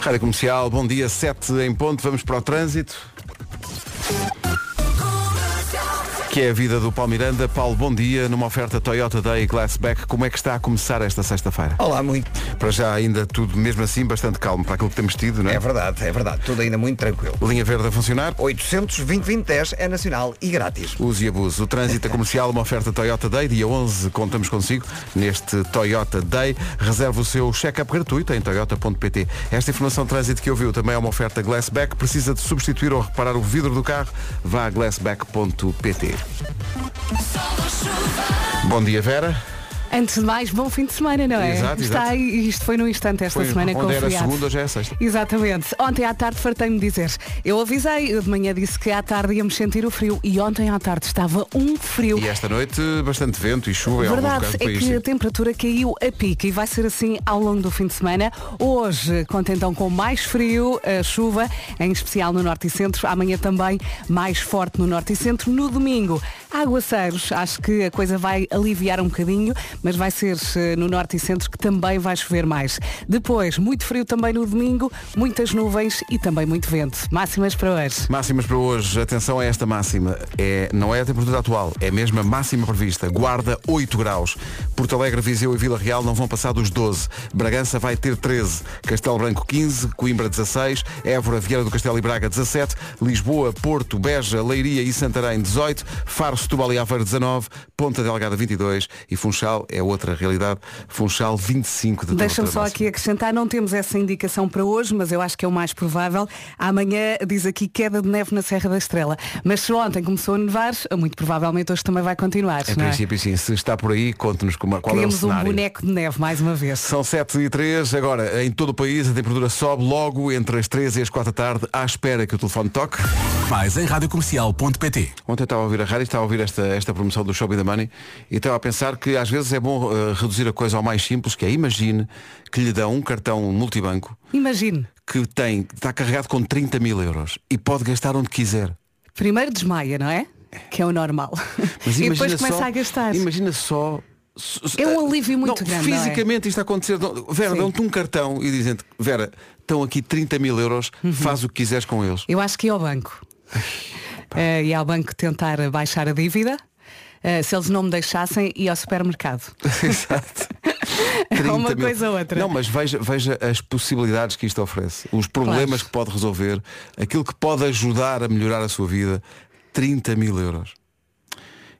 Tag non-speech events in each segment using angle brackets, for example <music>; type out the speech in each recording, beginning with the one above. Rádio Comercial, bom dia, 7 em ponto, vamos para o trânsito. Que é a vida do Paulo Miranda. Paulo, bom dia. Numa oferta Toyota Day Glassback, como é que está a começar esta sexta-feira? Olá, muito. Para já ainda tudo, mesmo assim, bastante calmo para aquilo que temos tido, não é? É verdade, é verdade. Tudo ainda muito tranquilo. Linha verde a funcionar. 820-2010 é nacional e grátis. Use e abuse. O trânsito comercial, uma oferta Toyota Day, dia 11, contamos consigo neste Toyota Day. Reserve o seu check-up gratuito em toyota.pt. Esta informação de trânsito que ouviu também é uma oferta Glassback. Precisa de substituir ou reparar o vidro do carro? Vá a glassback.pt. Bom dia, Vera. Antes de mais, bom fim de semana, não é? Exato, Está exato. aí, isto foi num instante esta Foi semana onde era confiado. segunda, hoje é sexta. Exatamente. Ontem à tarde fartei-me dizer. Eu avisei, eu de manhã disse que à tarde íamos sentir o frio e ontem à tarde estava um frio. E esta noite, bastante vento e chuva em alguns Verdade lugares do é país. que a sim. temperatura caiu a pique e vai ser assim ao longo do fim de semana. Hoje conta então com mais frio, a chuva, em especial no norte e centro. Amanhã também mais forte no norte e centro. No domingo, aguaceiros. Acho que a coisa vai aliviar um bocadinho, mas vai ser eh, no norte e centro que também vai chover mais. Depois, muito frio também no domingo, muitas nuvens e também muito vento. Máximas para hoje. Máximas para hoje, atenção a esta máxima. É, não é a temperatura atual, é mesmo a máxima prevista. Guarda 8 graus. Porto Alegre, Viseu e Vila Real não vão passar dos 12. Bragança vai ter 13. Castelo Branco 15, Coimbra 16, Évora, Vieira do Castelo e Braga 17, Lisboa, Porto, Beja, Leiria e Santarém 18, Faro, Setúbal e Aveiro 19, Ponta Delgada 22 e Funchal é outra realidade. Funchal 25 de Deixa-me temperatura só máxima. aqui acrescentar, não temos essa indicação para hoje, mas eu acho que é o mais provável. Amanhã diz aqui queda de neve na Serra da Estrela. Mas se ontem começou a nevar, muito provavelmente hoje também vai continuar. Em não é? princípio, sim. Se está por aí, conte-nos como- qual Criamos é o um cenário. boneco de neve mais uma vez. São 7 e 3, agora em todo o país a temperatura sobe logo entre as 3 e as 4 da tarde, à espera que o telefone toque. Mais em radiocomercial.pt Ontem eu estava a ouvir a rádio, estava a ouvir esta, esta promoção do Show Me the Money e estava a pensar que às vezes é bom eh, reduzir a coisa ao mais simples, que é imagine que lhe dão um cartão multibanco Imagine, que tem, está carregado com 30 mil euros e pode gastar onde quiser. primeiro desmaia, não é? Que é o normal. Mas <laughs> e imagina depois começa só- a gastar. Imagina só. s- s- É um ah, alívio muito não, grande, não é? Fisicamente isto a acontecer. Não, Vera, Sim. dão-te um cartão e dizem-te, Vera, estão aqui 30 mil euros, Uhum. faz o que quiseres com eles. Eu acho que ia ao banco. Eh, ia ao banco tentar baixar a dívida. eh, se eles não me deixassem, ia ao supermercado. <laughs> <laughs> Exato. 30 É uma mil. coisa ou outra. Não, mas veja, veja as possibilidades que isto oferece, os problemas Claro. que pode resolver, aquilo que pode ajudar a melhorar a sua vida. 30 mil euros.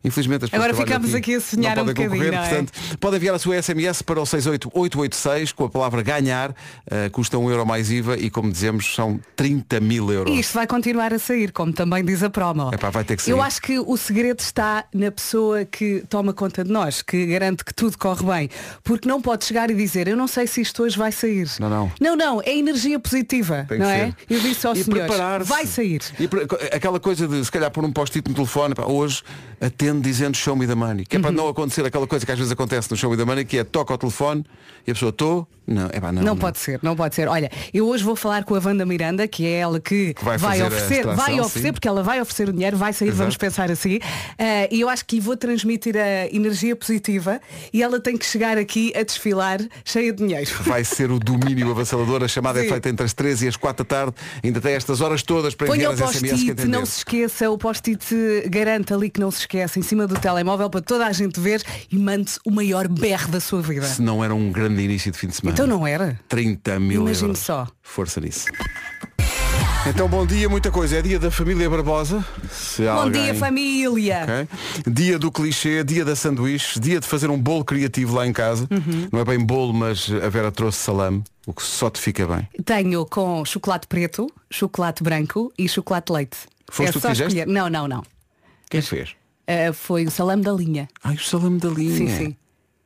Infelizmente as pessoas Agora que trabalham ficamos aqui a sonhar não um podem bocadinho, concorrer, não é? portanto, pode enviar a sua SMS para o 68886 com a palavra ganhar, eh, custa um euro mais IVA e como dizemos são 30 mil euros. E isto vai continuar a sair, como também diz a promo. Epá, É vai ter que sair. Eu acho que o segredo está na pessoa que toma conta de nós, que garante que tudo corre bem. Porque não pode chegar e dizer, eu não sei se isto hoje vai sair. Não, não. Não, não, é energia positiva, Tem que não é? ser. Eu disse ao e senhor, preparar-se. vai sair. E pre- aquela coisa de se calhar pôr um post-it no telefone, pá, hoje atende dizendo show me the money. Que é Uhum. para não acontecer aquela coisa que às vezes acontece no show me the money, que é toca o telefone e a pessoa estou. Não, é pá, não, Não pode ser, não pode ser. Olha, eu hoje vou falar com a Wanda Miranda, que é ela que vai vai, fazer a oferecer, extração, vai oferecer, sim. porque ela vai oferecer o dinheiro, vai sair, Exato. vamos pensar assim. Eh, e eu acho que vou transmitir a energia positiva e ela tem que chegar aqui a desfilar cheia de dinheiro. Vai ser o domínio avassalador. A chamada é Sim. feita entre as 13 e as 4 da tarde. Ainda tem estas horas todas para Põe enviar o as SMS é assim, que post-it, entender. não se esqueça, o post-it garante ali que não se esquece, em cima do telemóvel para toda a gente ver e mande o maior berro da sua vida. Se não era um grande início de fim de semana. Então não era? 30 mil Imagine euros. só. Força nisso. Então bom dia, muita coisa. É dia da família Barbosa. Se Bom alguém... dia família! Ok? Dia do clichê, dia da sanduíche, dia de fazer um bolo criativo lá em casa. Uhum. Não é bem bolo, mas a Vera trouxe salame, o que só te fica bem. Tenho com chocolate preto, chocolate branco e chocolate leite. Foste é tu que só fizeste? escolher. Não, não, não. Quem fez? Ah, foi o salame da linha. Ai, o salame da linha. Sim, sim.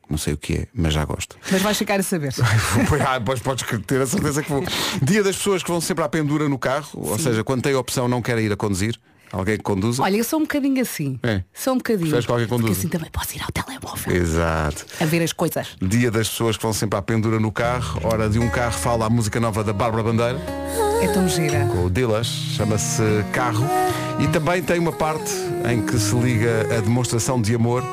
Não sei o que é, mas já <laughs> gosto. <laughs> Mas vais ficar a saber. ah, pois podes ter a certeza que vou. Dia das pessoas que vão sempre à pendura no carro, ou seja, quando tem a opção não querem ir a conduzir, alguém que conduza. Olha, eu sou um bocadinho assim. É. Sou um bocadinho. Preferes que alguém Porque conduza? assim também posso ir ao telemóvel Exato. a ver as coisas. Dia das pessoas que vão sempre à pendura no carro, hora de um carro fala a música nova da Bárbara Bandeira. É tão gira. com o Dillas, chama-se Carro, e também tem uma parte em que se liga a demonstração de amor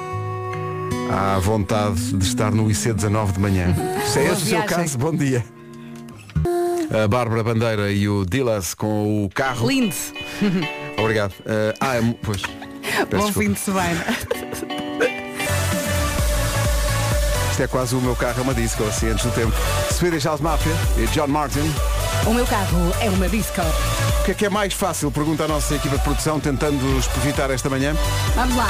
à <laughs> vontade de estar no IC19 de manhã. Se é Boa esse o seu viagem. caso, bom dia. A Bárbara Bandeira e o Dillas com o carro. Lindo. Obrigado. Eh, ah, é, mu- <laughs> pois. Peço Bom desculpa. fim de semana. Isto é quase o meu carro, é uma disco, assim, antes do tempo. Swedish House Mafia e John Martin. O meu carro é uma disco. O que é que é mais fácil? Pergunta a nossa equipa de produção, tentando evitar esta manhã. Vamos lá.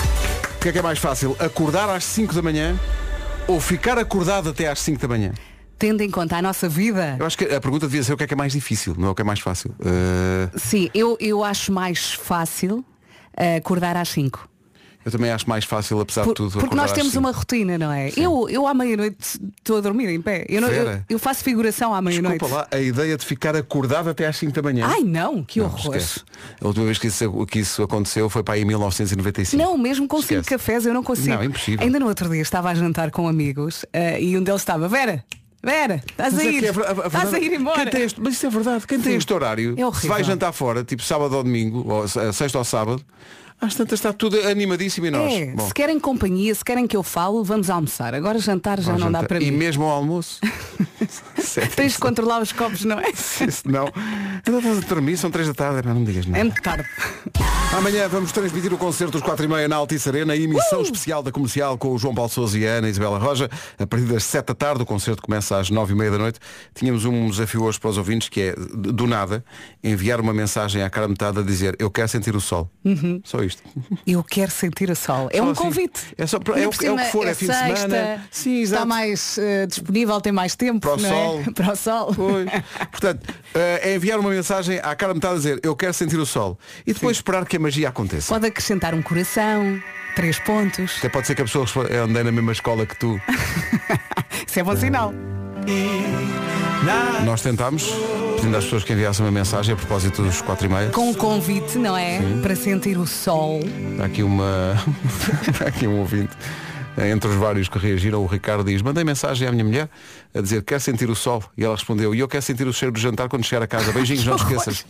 O que é que é mais fácil? Acordar às 5 da manhã ou ficar acordado até às 5 da manhã? Tendo em conta a nossa vida, Eu acho que a pergunta devia ser o que é que é mais difícil, não é o que é mais fácil. Eh, sim, eu, eu acho mais fácil eh, acordar às 5. eu também acho mais fácil, apesar de tudo, porque acordar nós às temos cinco. uma rotina, não é? Eu, eu à meia-noite estou a dormir em pé. Eu, não- eu- Vera. eu faço figuração à meia-noite. Desculpa lá, a ideia de ficar acordado até às 5 da manhã. Ai não, que Não, horror. esquece. A última vez que isso, que isso aconteceu foi para aí em 1995. Não, mesmo com cinco Esquece. cafés eu não consigo. Não, impossível. Ainda no outro dia estava a jantar com amigos eh, e um deles estava, Vera, Vera, estás a Mas é ir, que é ver- a- a estás a verdade- ir embora. Quem tem este- mas isso é verdade, quem tem Sim. este horário, É se horrível. vai jantar fora, tipo sábado ou domingo, ou se- sexta ou sábado, às tantas está tudo animadíssimo e nós. É, Bom, se querem companhia, se querem que eu falo, vamos almoçar. Agora jantar já vamos não jantar. dá para E mim. mesmo ao <laughs> almoço. Sério, Tens de isso- controlar os copos, não é? isso não. Ainda estás a dormir, são três da tarde, não me digas nada. É muito tarde. Amanhã vamos transmitir o concerto dos 4 e meia na Altice Arena, emissão Uh! especial da comercial com o João Paulo Sousa e a Ana Isabela Roja. A partir das 7 da tarde, o concerto começa às 9 e meia da noite. Tínhamos um desafio hoje para os ouvintes que é, d- do nada, enviar uma mensagem à cara metade a dizer eu quero sentir o sol. Uhum. Só isto. Eu quero sentir o sol. É Só um assim. convite. É só pra- Ainda é o por que- é o cima que for, é fim de semana. sexta, Sim, exato. Está mais eh, disponível, tem mais tempo. Para o não é? sol. <laughs> Para o sol. Pois. Portanto, eh, é enviar uma mensagem à cara metade a dizer eu quero sentir o sol. E depois esperar que a magia aconteça. Pode acrescentar um coração, três pontos. Até pode ser que a pessoa responda, eu andei na mesma escola que tu. Isso é bom sinal. Nós tentámos, pedindo às pessoas que enviassem uma mensagem a propósito dos 4 e meia. Com um convite, não é? Para sentir o sol. Há aqui uma. <laughs> há aqui um ouvinte. eh, Entre os vários que reagiram, o Ricardo diz, mandei mensagem à minha mulher a dizer quer sentir o sol. E ela respondeu, e eu quero sentir o cheiro do jantar quando chegar a casa. Beijinhos, <laughs> não te esqueças.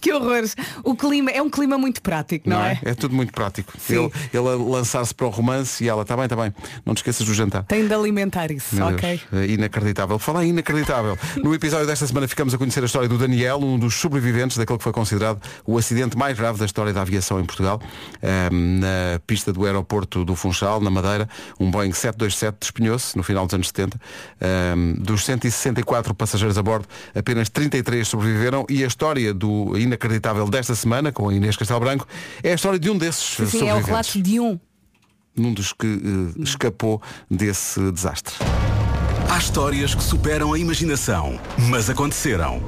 Que horrores. O clima é um clima muito prático, não, é? É tudo muito prático. Ele, Sim. ele a lançar-se para o romance e ela, está bem, está bem, não te esqueças do jantar. Tem de alimentar isso, Meu ok? Deus, é inacreditável. Falar em inacreditável. No episódio desta semana ficamos a conhecer a história do Daniel, um dos sobreviventes daquele que foi considerado o acidente mais grave da história da aviação em Portugal. Ahm, na pista do aeroporto do Funchal, na Madeira, um Boeing 727 despenhou-se no final dos anos 70. Ahm, dos 164 passageiros a bordo, apenas 33 sobreviveram e a história do inacreditável desta semana, com a Inês Castelo Branco, é a história de um desses Sim, sim, é o sobreviventes. relato de um. Um dos que eh, escapou desse desastre. Há histórias que superam a imaginação, mas aconteceram.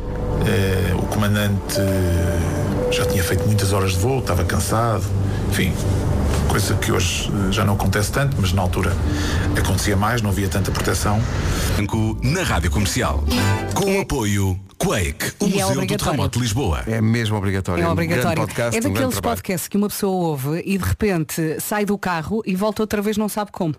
Eh, o comandante eh, já tinha feito muitas horas de voo, estava cansado, enfim, coisa que hoje eh, já não acontece tanto, mas na altura acontecia mais, não havia tanta proteção. Branco na Rádio Comercial. Com o apoio Quake, E é o Museu do obrigatório. Terremoto de Lisboa. É mesmo obrigatório. É um obrigatório. grande podcast, é um grande daqueles trabalho. podcasts que uma pessoa ouve e de repente sai do carro e volta outra vez não sabe como.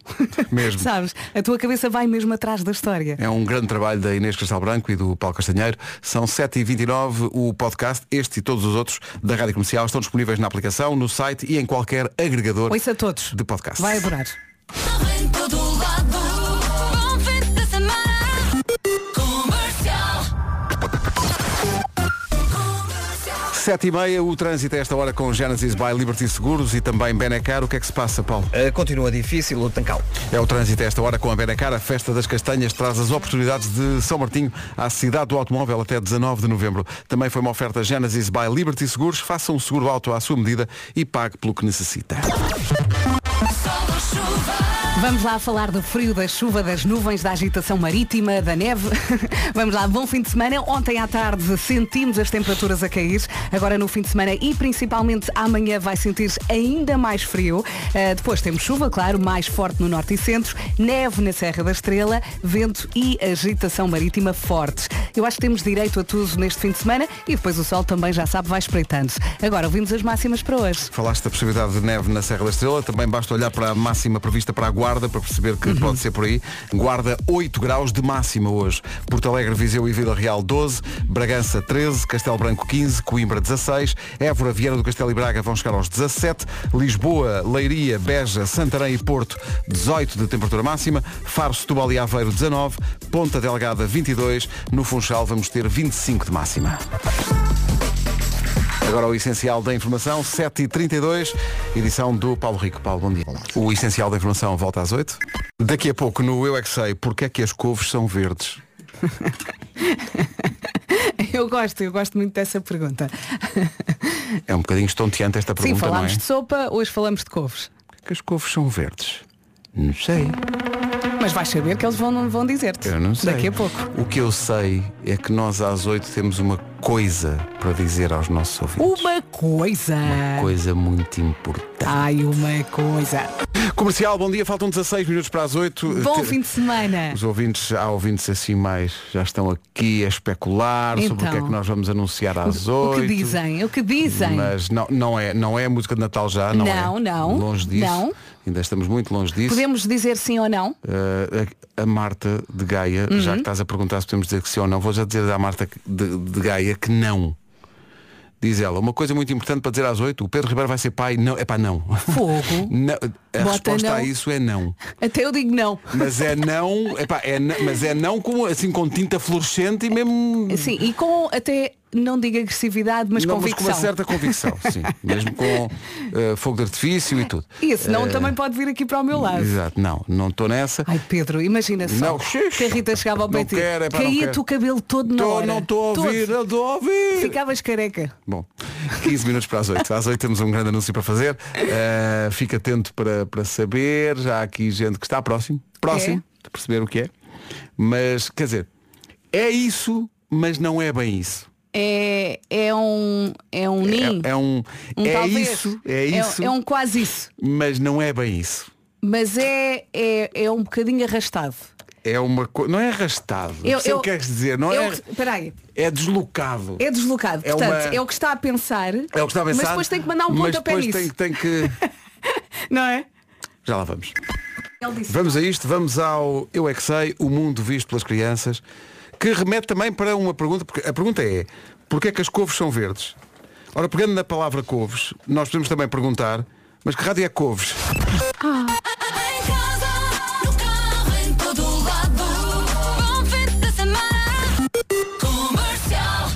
Mesmo. <laughs> Sabes? A tua cabeça vai mesmo atrás da história. É um grande trabalho da Inês Castelo Branco e do Paulo Castanheiro. São 7h29 o podcast, este e todos os outros da Rádio Comercial estão disponíveis na aplicação, no site e em qualquer agregador Ouça todos. É. de podcast. Vai adorar. Em todo lado, bom fim de semana. Comercial. 7h30, o trânsito a esta hora com Genesis by Liberty Seguros e também Benecar. O que é que se passa, Paulo? Eh, continua difícil o Tancal. É o trânsito a esta hora com a Benacar. A Festa das Castanhas traz as oportunidades de São Martinho à cidade do automóvel até 19 de novembro. Também foi uma oferta Genesis by Liberty Seguros. Faça um seguro auto à sua medida e pague pelo que necessita. Sol ou chuva, Vamos lá falar do frio, da chuva, das nuvens, da agitação marítima, da neve. <laughs> Vamos lá, bom fim de semana. Ontem à tarde sentimos as temperaturas a cair. Agora no fim de semana e principalmente amanhã vai sentir ainda mais frio. Ah, depois temos chuva, claro, mais forte no norte e centro, neve na Serra da Estrela, vento e agitação marítima fortes. Eu acho que temos direito a tudo neste fim de semana e depois o sol também, já sabe, vai espreitando. Agora ouvimos as máximas para hoje. Falaste da possibilidade de neve na Serra da Estrela. Também basta olhar para a máxima máxima prevista para a Guarda, para perceber que pode ser por aí. Guarda 8 graus de máxima hoje. Porto Alegre, Viseu e Vila Real 12, Bragança 13, Castelo Branco 15, Coimbra 16, Évora, Viana do Castelo e Braga vão chegar aos 17, Lisboa, Leiria, Beja, Santarém e Porto 18 de temperatura máxima, Faro, Setúbal e Aveiro 19, Ponta Delgada 22, no Funchal vamos ter 25 de máxima. Agora o essencial da informação, 7h32, edição do Paulo Rico. Paulo, bom dia. O essencial da informação volta às 8. Daqui a pouco no Eu é que sei, porque é que as couves são verdes? <laughs> Eu gosto, eu gosto muito dessa pergunta. É um bocadinho estonteante esta Sim, pergunta, não é? falámos de sopa, hoje falamos de couves. Que as couves são verdes? Não sei. Mas vais saber que eles vão, vão dizer-te. Eu não sei. Daqui a pouco. O que eu sei é que nós às 8 temos uma coisa para dizer aos nossos ouvintes. Uma coisa. Coisa muito importante. Ai, uma coisa. Comercial, bom dia, faltam 16 minutos para as 8. Bom Te- fim de semana. Os ouvintes, há ouvintes assim mais, já estão aqui a especular sobre o que é Então. que nós vamos anunciar às O oito. que dizem? O que dizem? Mas não, não, é, não é a música de Natal já, não, Não, é. não, Longe disso. não. Ainda estamos muito longe disso. Podemos dizer sim ou não? Uh, a, a Marta de Gaia, Uhum. já que estás a perguntar se podemos dizer que sim ou não, vou já dizer à Marta que- de, de Gaia que não. Diz ela, uma coisa muito importante para dizer às oito, o Pedro Ribeiro vai ser pai. Não, é pá, não. Fogo. <laughs> Não, a Bota resposta não. a isso é não. Até eu digo não. Mas é não, epá, é não- mas é não com, assim, com tinta fluorescente e mesmo. Sim, e com até, não digo agressividade, mas não, convicção. com uma certa convicção, sim. Mesmo com eh, fogo de artifício e tudo. Isso, não Eh, também pode vir aqui para o meu lado. Exato, não, não estou nessa. Ai Pedro, imagina só Não, que a Rita chegava ao Não PT. quero, é pá, não Caía-te quero. o cabelo todo na Tô- hora. não estou a Todo. ouvir, não estou a ouvir. Ficavas careca. Bom, 15 minutos para as 8. Às 8 temos um grande anúncio para fazer. Eh, fica atento para, para saber. Já há aqui gente que está próximo. Próximo de perceber o que é. Mas, quer dizer, é isso, mas não é bem isso. É, é um. É um ninho. É, é um. um é talvez. isso, é isso, É, um quase isso. mas não é bem isso. Mas é, é, é um bocadinho arrastado. É uma coisa. Não é arrastado. Eu, Eu- sei o eu- que queres dizer. Não é é, o que- peraí. é deslocado. É deslocado. É Portanto, uma- é o que está a pensar. É o que está a pensar. Mas depois tem que mandar um mas pontapé depois nisso. Tem, tem que. Não é? Já lá vamos. Ele disse. Vamos a isto, vamos ao Eu É Que Sei, o mundo visto pelas crianças, que remete também para uma pergunta, porque a pergunta é, porquê é que as couves são verdes? Ora, pegando na palavra couves, nós podemos também perguntar, mas que rádio é couves? Em casa, no carro, em todo lado. Bom fim de semana. Comercial.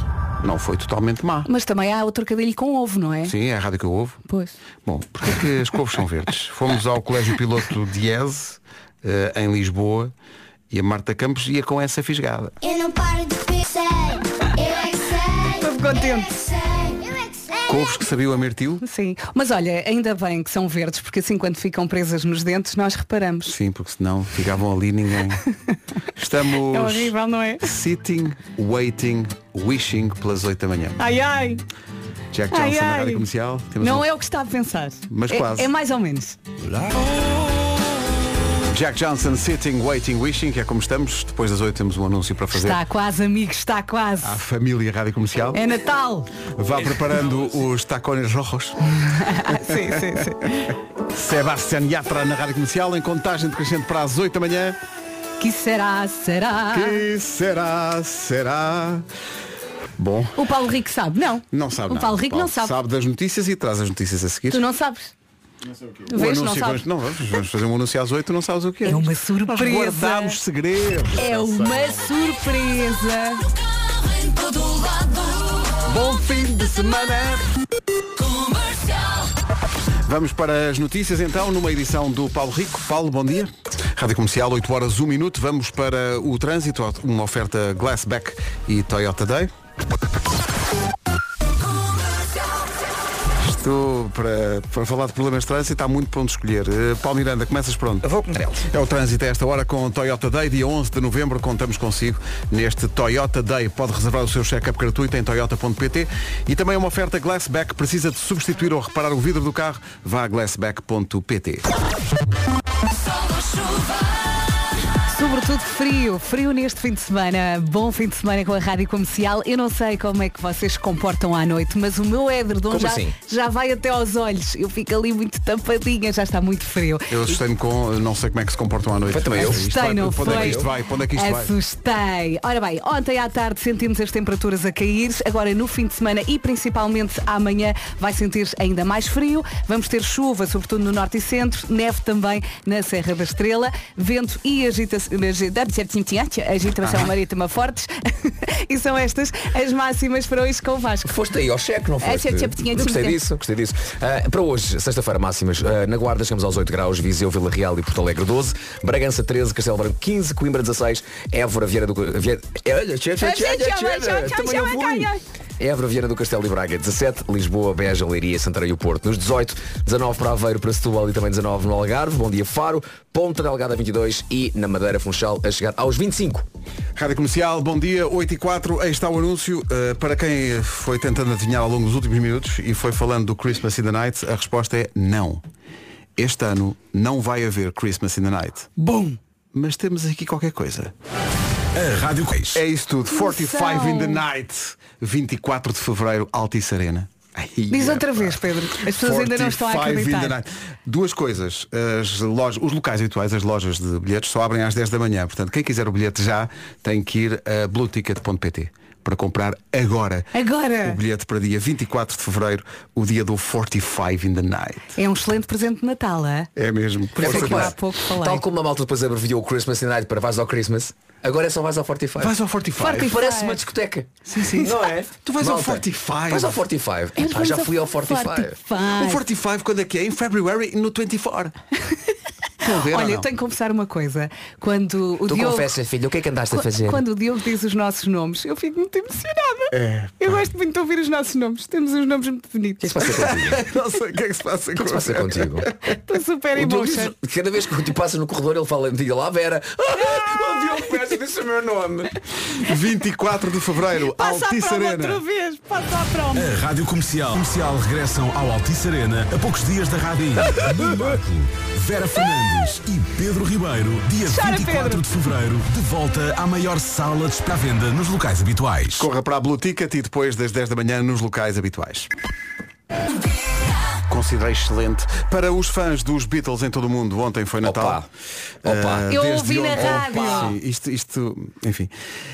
Não foi totalmente má. Mas também há o trocadilho com ovo, não é? Sim, é a rádio que eu ouvo. Pois. Bom, porquê é que as couves são verdes? Fomos ao Colégio Piloto Diese, eh, em Lisboa, e a Marta Campos ia com essa fisgada. Eu não paro de pensar. Eu é que sei. Estou contente. Eu é que sei. Eu é que Couves que sabiam a mirtilo? Sim. Mas olha, ainda bem que são verdes, porque assim quando ficam presas nos dentes nós reparamos. Sim, porque senão ficavam ali ninguém. Estamos. É horrível, não é? Sitting, Waiting, Wishing pelas 8 da manhã. Ai ai. Jack Johnson Ai, na ai. Rádio Comercial. Temos Não um- é o que está a pensar. Mas é, quase. É mais ou menos. Jack Johnson, Sitting, Waiting, Wishing, que é como estamos. Depois das 8 temos um anúncio para fazer. Está quase, amigos, está quase. À família Rádio Comercial. É Natal. Vá preparando os tacones rojos. sim, sim, sim. Sebastián Yatra na Rádio Comercial, em contagem decrescente para as 8 da manhã. Que será, será? Que será, será? Bom, O Paulo Rico sabe, não? não sabe O nada. Um Paulo Rico não sabe. Sabe das notícias e traz as notícias a seguir. Tu não sabes. O Vês, não anúncio que sabes. vamos- não, vamos, vamos fazer um anúncio às 8, não sabes o que é. É uma Nós surpresa. guardámos segredo. É uma surpresa. No carro, em todo lado. Bom fim de semana. Comercial. Vamos para as notícias então, numa edição do Paulo Rico. Paulo, bom dia. Rádio Comercial, 8 horas, 1 minuto. Vamos para o trânsito, uma oferta Glassback e Toyota Day. Estou para, para falar de problemas de trânsito, há muito para onde escolher. Eh, Paulo Miranda, começas pronto. Eu vou com eles. É o trânsito a esta hora com o Toyota Day, dia 11 de novembro. Contamos consigo neste Toyota Day. Pode reservar o seu check-up gratuito em toyota.pt e também uma oferta Glassback. Precisa de substituir ou reparar o vidro do carro? Vá a glassback.pt. Sol ou chuva. Sobretudo frio, frio neste fim de semana. Bom fim de semana com a Rádio Comercial. Eu não sei como é que vocês se comportam à noite, mas o meu edredom Como já, assim? já vai até aos olhos. Eu fico ali muito tampadinha, já está muito frio. Eu assustei-me com, não sei como é que se comportam à noite. Foi também eu. Isto vai- Assustei, não para onde é que foi? isto vai? Para onde é que isto vai? Assustei. Ora bem, ontem à tarde sentimos as temperaturas a cair, agora no fim de semana e principalmente amanhã vai sentir ainda mais frio. Vamos ter chuva, sobretudo no norte e centro, neve também na Serra da Estrela, vento e agitação, Ah. agitação marítima fortes. <laughs> e são estas as máximas para hoje com o Vasco. Foste aí ao cheque, não É, foste? cheque, cheque, tinha, Eu gostei tinha. disso, gostei disso. Ah, para hoje, sexta-feira máximas, ah, na Guarda chegamos aos 8 graus, Viseu, Vila Real e Porto Alegre 12, Bragança 13, Castelo Branco 15, Coimbra 16, Évora, Vieira do... Vieira... Eh, olha, che- che- che- che- che- também eu fui. Évora, Vieira do Castelo e Braga 17, Lisboa, Beja, Leiria, Santarém e o Porto nos 18, 19 para Aveiro, para Setúbal e também 19 no Algarve, Bom Dia Faro, Ponta Delgada 22 e na Madeira Funchal a chegar aos 25. Rádio Comercial, bom dia, 8 e 4, aí está o anúncio. Uh, para quem foi tentando adivinhar ao longo dos últimos minutos e foi falando do Christmas in the Night, a resposta é não. Este ano não vai haver Christmas in the Night. Bom! Mas temos aqui qualquer coisa. A Rádio Queix. É isso tudo. 45 São. in the Night. 24 de Fevereiro, Altice Arena. Ai, Diz outra epá. vez, Pedro. As pessoas ainda não estão a 45 in the acreditar. night. Duas coisas. As lojas, os locais habituais, as lojas de bilhetes, só abrem às 10 da manhã. Portanto, quem quiser o bilhete já tem que ir a blueticket.pt para comprar agora. Agora. O bilhete para dia 24 de Fevereiro, o dia do 45 in the night. É um excelente presente de Natal, é? É mesmo. É Força porque nisso. há pouco falei. Tal como a malta depois abreviou o Christmas in the Night para vais ao Christmas, agora é só vais ao 45. Vais ao 45. Forty- Parece uma discoteca. Sim, sim. Não é? Tu vais ao 45. Vais ao 45. Epá, já fui ao 45. 45. O 45 quando é que é? Em February no <laughs> 24. Estão a ver ou Olha, eu não? tenho que confessar uma coisa. Quando o Tu Diogo... confessa, filho, o que é que andaste a Qu- fazer? Quando o Diogo diz os nossos nomes, eu fico muito emocionada. É, eu gosto muito de ouvir os nossos nomes. Temos uns nomes muito O que é que bonitos. se passa contigo? <laughs> Não sei o que é que se passa O que é que se passa contigo? Estou super O Diogo emotion. diz- Cada vez que tu passas no corredor ele fala, diga lá Vera, ah, o Diogo Peça disse o meu nome. 24 de Fevereiro, Passa à Altice prova Arena. outra vez. Passa à prova. A Rádio Comercial. Comercial regressam ao Altice Arena a poucos dias da Rádio. Nuno Marco, Vera Fernandes e Pedro Ribeiro, dia Chora, 24 Pedro. de fevereiro, de volta à maior sala de espera à venda nos locais habituais. Corra para a Blue Ticket e depois das 10 da manhã nos locais habituais. Considerei excelente. Para os fãs dos Beatles em todo o mundo, ontem foi Natal. Opa. Opa. Ah, Eu desde ouvi na rádio. Sim, isto, isto, enfim.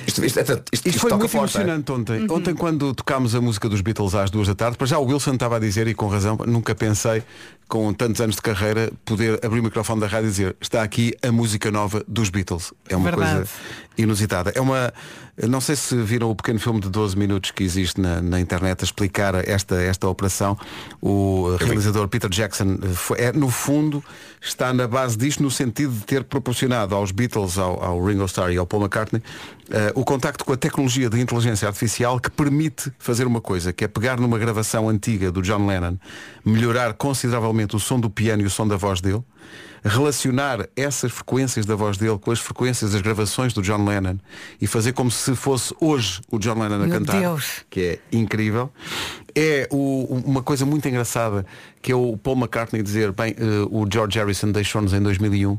Isto, isto, isto, isto, Isto foi toca muito forte, é? emocionante ontem. Ontem quando tocámos a música dos Beatles às duas da tarde, para já o Wilson estava a dizer, e com razão, nunca pensei, com tantos anos de carreira, poder abrir o microfone da rádio e dizer, está aqui a música nova dos Beatles. É uma Verdade. coisa inusitada. É uma. Não sei se viram o pequeno filme de 12 minutos que existe na, na internet a explicar esta, esta operação. O realizador Peter Jackson eh, foi- é, no fundo, está na base disto no sentido de ter proporcionado aos Beatles, ao, ao Ringo Starr e ao Paul McCartney, eh, o contacto com a tecnologia de inteligência artificial que permite fazer uma coisa, que é pegar numa gravação antiga do John Lennon, melhorar consideravelmente o som do piano e o som da voz dele, relacionar essas frequências da voz dele com as frequências das gravações do John Lennon e fazer como se fosse hoje o John Lennon a Meu cantar, Deus. que é incrível. É o- uma coisa muito engraçada que é o Paul McCartney dizer, bem, eh, o George Harrison deixou-nos em 2001,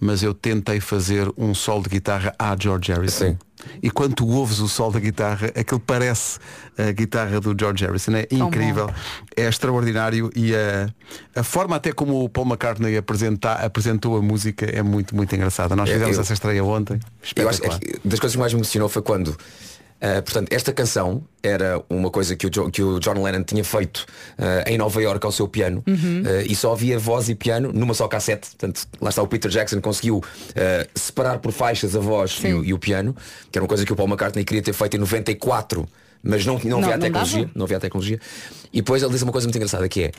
mas eu tentei fazer um solo de guitarra à George Harrison. Sim. E quando tu ouves o solo da guitarra, aquilo parece a guitarra do George Harrison. É bom. incrível, é extraordinário e a, a forma até como o Paul McCartney apresenta, apresentou a música é muito, muito engraçada. Nós É, fizemos eu- essa estreia ontem. Eu acho Espetacular. que é das coisas que mais me emocionou foi quando. ah, portanto, esta canção era uma coisa que o, Jo- que o John Lennon tinha feito ah, em Nova Iorque ao seu piano ah, e só havia voz e piano numa só cassete. Portanto, lá está o Peter Jackson conseguiu ah, separar por faixas a voz e o, e o piano, que era uma coisa que o Paul McCartney queria ter feito em 94, mas não, não, Não, havia a não tecnologia. dava. Não havia a tecnologia. E depois ele diz uma coisa muito engraçada que é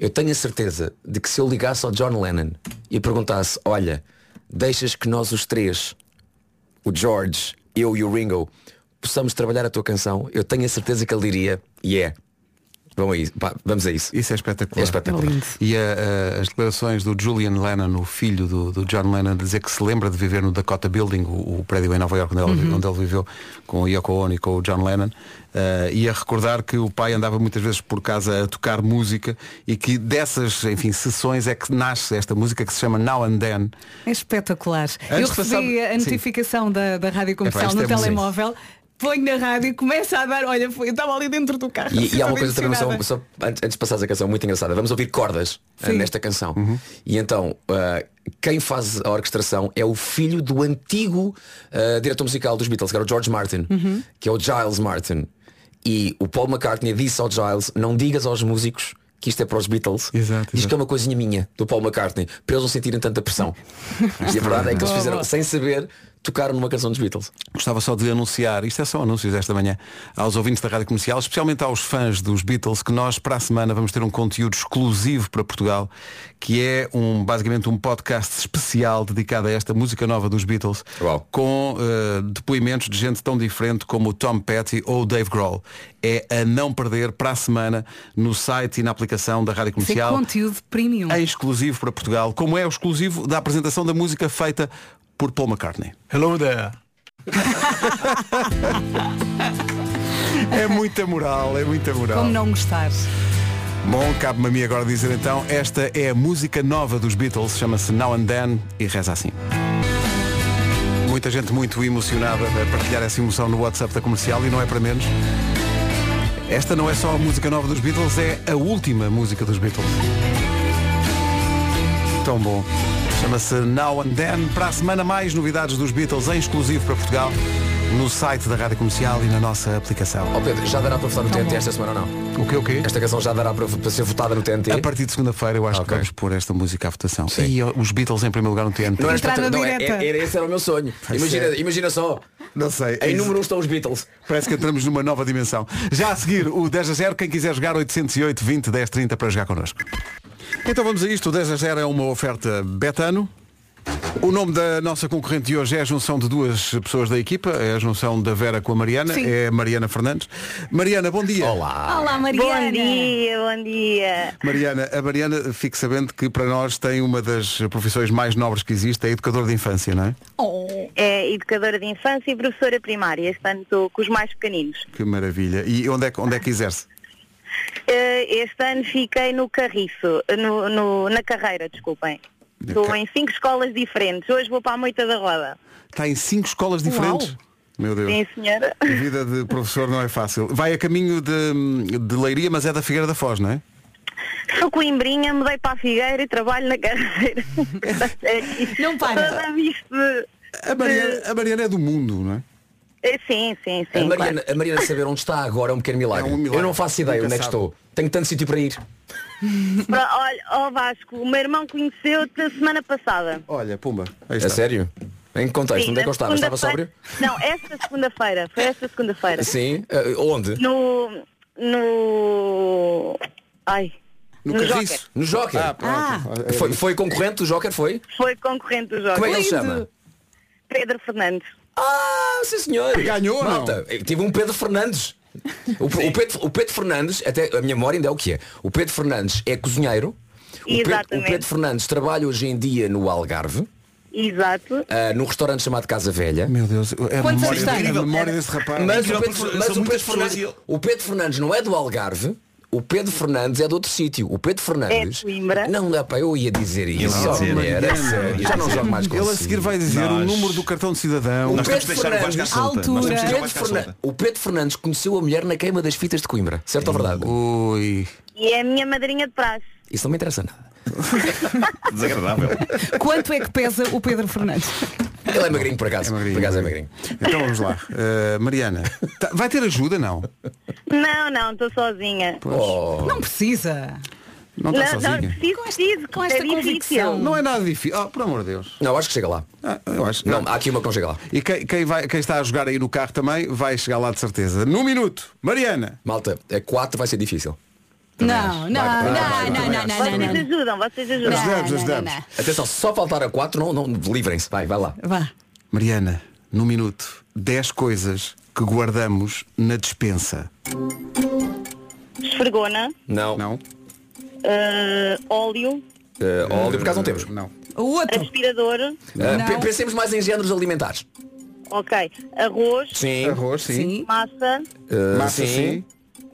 eu tenho a certeza de que se eu ligasse ao John Lennon e perguntasse, olha, deixas que nós os três o George, eu e o Ringo possamos trabalhar a tua canção, eu tenho a certeza que ele diria, yeah. Vão a isso. Pá, vamos a isso. Isso é espetacular. É espetacular. Lindo. E a- a- as declarações do Julian Lennon, o filho do, do John Lennon, de dizer que se lembra de viver no Dakota Building, o, o prédio em Nova York onde, Uhum. ele- onde ele viveu com o Yoko Ono e com o John Lennon, eh, e a recordar que o pai andava muitas vezes por casa a tocar música e que dessas, enfim, sessões é que nasce esta música que se chama Now and Then. É espetacular. Eu Antes de recebi passar- a Sim. notificação da, da rádio comercial isto no é bonito. telemóvel. Ponho na rádio e começa a dar, olha, foi, eu estava ali dentro do carro. E, e há uma toda coisa também, só, emocionada. só antes, antes de passares a canção, muito engraçada. Vamos ouvir cordas ah, Sim. nesta canção. Uhum. E então, ah, quem faz a orquestração é o filho do antigo ah, diretor musical dos Beatles, que era o George Martin, Uhum. que é o Giles Martin. E o Paul McCartney disse ao Giles, não digas aos músicos que isto é para os Beatles. Exato, Diz exato. que é uma coisinha minha, do Paul McCartney, para eles não sentirem tanta pressão. e a verdade é que eles fizeram, sem saber, tocaram numa canção dos Beatles. Gostava só de anunciar, isto é só anúncios esta manhã, aos ouvintes da Rádio Comercial, especialmente aos fãs dos Beatles, que nós para a semana vamos ter um conteúdo exclusivo para Portugal, que é um, basicamente um podcast especial dedicado a esta música nova dos Beatles, Uau. com eh, depoimentos de gente tão diferente como o Tom Petty ou o Dave Grohl. É a não perder para a semana no site e na aplicação da Rádio Tem Comercial conteúdo premium. é exclusivo para Portugal, como é o exclusivo da apresentação da música feita por Paul McCartney. Hello there. <laughs> é muita moral, é muita moral. Como não gostar? Bom, cabe-me a mim agora dizer então, esta é a música nova dos Beatles, chama-se Now and Then e reza assim. Muita gente muito emocionada a partilhar essa emoção no WhatsApp da comercial e não é para menos. Esta não é só a música nova dos Beatles, é a última música dos Beatles. Tão bom. Chama-se Now and Then. Para a semana, mais novidades dos Beatles em exclusivo para Portugal, no site da Rádio Comercial e na nossa aplicação. Ó Pedro, já dará para Tá votar no TNT esta semana ou não? O que o quê? Esta canção já dará para, para ser votada no TNT? A partir de segunda-feira eu acho que Ok. vamos pôr esta música à votação. Sim. E ó, os Beatles em primeiro lugar no TNT. Não era Entrar espetacular, na não, é- direta. é- era- esse era o meu sonho. Imagina, ser. imagina só. Não sei. Em É Isso- número um estão os Beatles. Parece que entramos numa nova dimensão. Já a seguir, o 10 a 0, quem quiser jogar 808 20 10 30 para jogar connosco. Então vamos a isto, o 10 a 0 é uma oferta Betano. O nome da nossa concorrente de hoje é a junção de duas pessoas da equipa, é a junção da Vera com a Mariana, Sim. é a Mariana Fernandes. Mariana, bom dia. Olá. Olá, Mariana. Bom dia, bom dia. Mariana, a Mariana, fique sabendo que para nós tem uma das profissões mais nobres que existe, é educadora de infância, não é? É educadora de infância e professora primária. Este ano estou com os mais pequeninos. Que maravilha. E onde é, que- onde é que exerce? Eh, Este ano fiquei no carriço, no- no- na carreira, desculpem. Estou ca- em cinco escolas diferentes. Hoje vou para a Moita da Roda. Está em cinco escolas diferentes. Meu Deus. Sim, <laughs> senhora. A vida de professor não é fácil. Vai a caminho de, de Leiria, mas é da Figueira da Foz, não é? Sou coimbrinha, mudei para a Figueira e trabalho na carreira. Portanto, é aqui. Não para. Toda a vista- A Mariana, a Mariana é do mundo, não é? Eh, Sim, sim, A sim. Mariana, claro. a Mariana saber onde está agora é um pequeno milagre. Um É um milagre. Eu não faço ideia Nunca onde é que sabe. estou. Tenho tanto sítio para ir. Pro- Olha, ó Vasco, o meu irmão conheceu-te a semana passada. Olha, pumba. Aí A está. sério? Em que contexto? Sim, onde é que eu na estava? Estava sóbrio? segunda-feira- Não, esta segunda-feira. Foi esta segunda-feira. Sim. Eh, onde? No. No. Ai. No Joker. carriço. No Joker. Ah, É, Foi, foi concorrente do Joker, foi? Foi concorrente do Como é Joker. que ele se Lindo. chama? Pedro Fernandes. Ah, sim senhor. Ganhou ou não? Malta, eu tive um Pedro Fernandes. O, o Pedro, o Pedro Fernandes, até a minha memória ainda é o que é. O Pedro Fernandes é cozinheiro. O Pedro- o Exatamente. Pedro Fernandes trabalha hoje em dia no Algarve. Exato. uh, num restaurante chamado Casa Velha. Meu Deus, é a Quantos memória, anos tem? a memória desse rapaz. Mas, o Incrível, Pedro, porque mas são o, Pedro muitas pessoas Fernandes, e ele- o Pedro Fernandes não é do Algarve. O Pedro Fernandes é de outro sítio. O Pedro Fernandes. É de Coimbra. Não dá para eu ia dizer isso. ia Oh, dizer, mulher, ia é dizer. sério, Já não jogo mais com Ele a seguir vai dizer o Nós- número do cartão de cidadão. Nós temos de Pedro deixar o Vasco à Fernandes, solta. Nós temos de deixar o Pedro Vasco à Fernan- solta. O Pedro Fernandes conheceu a mulher na queima das fitas de Coimbra. Certo É ou verdade? Ui. E é a minha madrinha de praxe. Isso não me interessa nada. Desagradável. Quanto é que pesa o Pedro Fernandes? Ele é magrinho por acaso. É magrinho, por acaso é magrinho. magrinho. Então vamos lá. Uh, Mariana, tá- vai ter ajuda, não? Não, não, estou sozinha. Oh, Não precisa. Não está Não, não, sozinha? preciso, preciso. com é esta convicção. difícil. Não é nada difícil. Ah, por amor de Deus. não, acho que chega lá. Ah, eu acho. Não, há aqui uma que não chega lá. E quem, quem vai- quem está a jogar aí no carro também vai chegar lá de certeza. Num minuto, Mariana. Malta, a 4 vai ser difícil. Não, não, é. vai, não, vai, não, vai, não, não, não, Vocês não. ajudam, vocês ajudam. Ajudamos, ajudamos. não. Atenção, se só faltar a 4, não, não, livrem-se. Vai, vai lá. Vá. Mariana, num minuto, 10 coisas que guardamos na dispensa. esfregona, Não. Não. eh, óleo, Eh, óleo, por acaso não temos. Não. O outro. aspirador, Eh, Não. pe- pensemos mais em géneros alimentares. ok, arroz, Sim. Arroz, sim. Sim. massa, Eh, Massa, sim.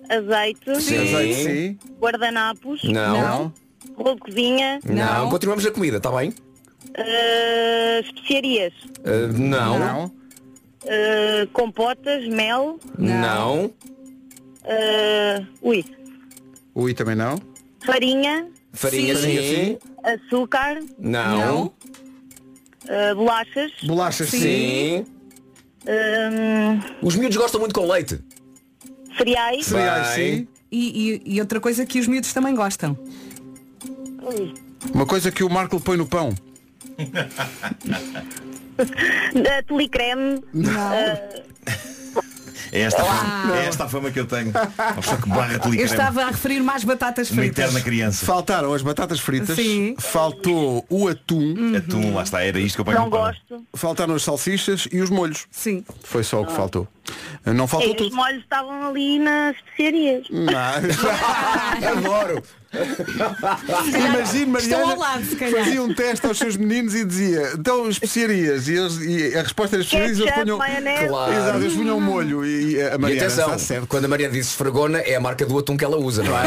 azeite, Azeite, sim. guardanapos, Não. Não. rolo de cozinha, Não. Não. Ah, Continuamos na comida, está bem? eh, especiarias, Eh, não. Não. eh, compotas, mel, Não. eh, ui, Ui, também não. farinha, Farinha, sim. Farinha, sim. açúcar, Não. eh, bolachas, Bolachas, sim. Sim. hum, Os miúdos gostam muito com leite. cereais, Cereais, Bem. sim. E, e- e outra coisa que os miúdos também gostam. Uma coisa que o Marco põe no pão. eh, telecreme, É esta, a fama, é esta a fama que eu tenho. Uma pessoa que barra te Eu estava a referir mais batatas Uma fritas. eterna criança. Faltaram as batatas fritas. Sim. Faltou o atum. Atum, É lá está, era isto que eu pago não no pão. gosto. Faltaram as salsichas e os molhos. Sim. Foi só Ah. o que faltou. Não Eh, faltou Os tudo. molhos estavam ali nas especiarias. <laughs> Adoro. Imagino Estão Mariana ao lado, se calhar. fazia um teste aos seus meninos e dizia então especiarias e, eles- e a resposta das especiarias eles Ketchup, punham maionese. Claro. Exato, eles punham um molho e a E Mariana atenção, está certo. quando a Mariana diz esfregona, é a marca do atum que ela usa, não é?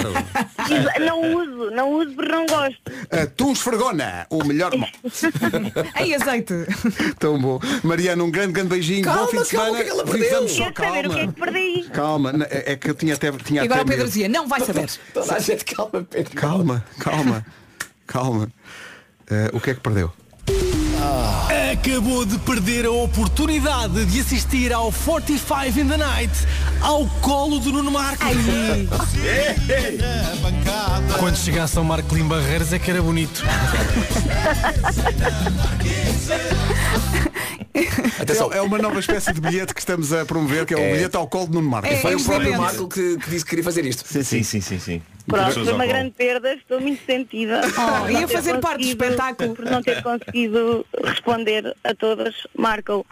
Diz- Não uso, não uso porque não gosto. Atum Eh, esfregona, o <laughs> melhor Bom, Em azeite. Tão bom. Mariana, um grande, grande beijinho. Calma, bom fim de calma, semana. que ela perdeu. Vivamos só Quero saber o que é que calma. perdi. Calma, na- é é que eu tinha até tinha E agora o até Pedro medo. dizia, não vai saber. Toda a gente calma, Pedro. Calma, calma, calma. Eh, o que é que perdeu? Acabou de perder a oportunidade de assistir ao 45 in the Night ao colo do Nuno Marco. Quando chegasse ao Marco Lim Barreiros é que era bonito. Atenção, É, é uma nova espécie de bilhete que estamos a promover, que é o É. bilhete ao colo de Nuno Marco. um É, foi é o próprio exatamente. Marco que, que disse que queria fazer isto. Sim, sim, sim, sim. Pronto, Pessoas foi uma ao grande perda, estou muito sentida. Oh, Por ia não ter fazer parte do conseguido- espetáculo. Por não ter conseguido responder a todas. Marco,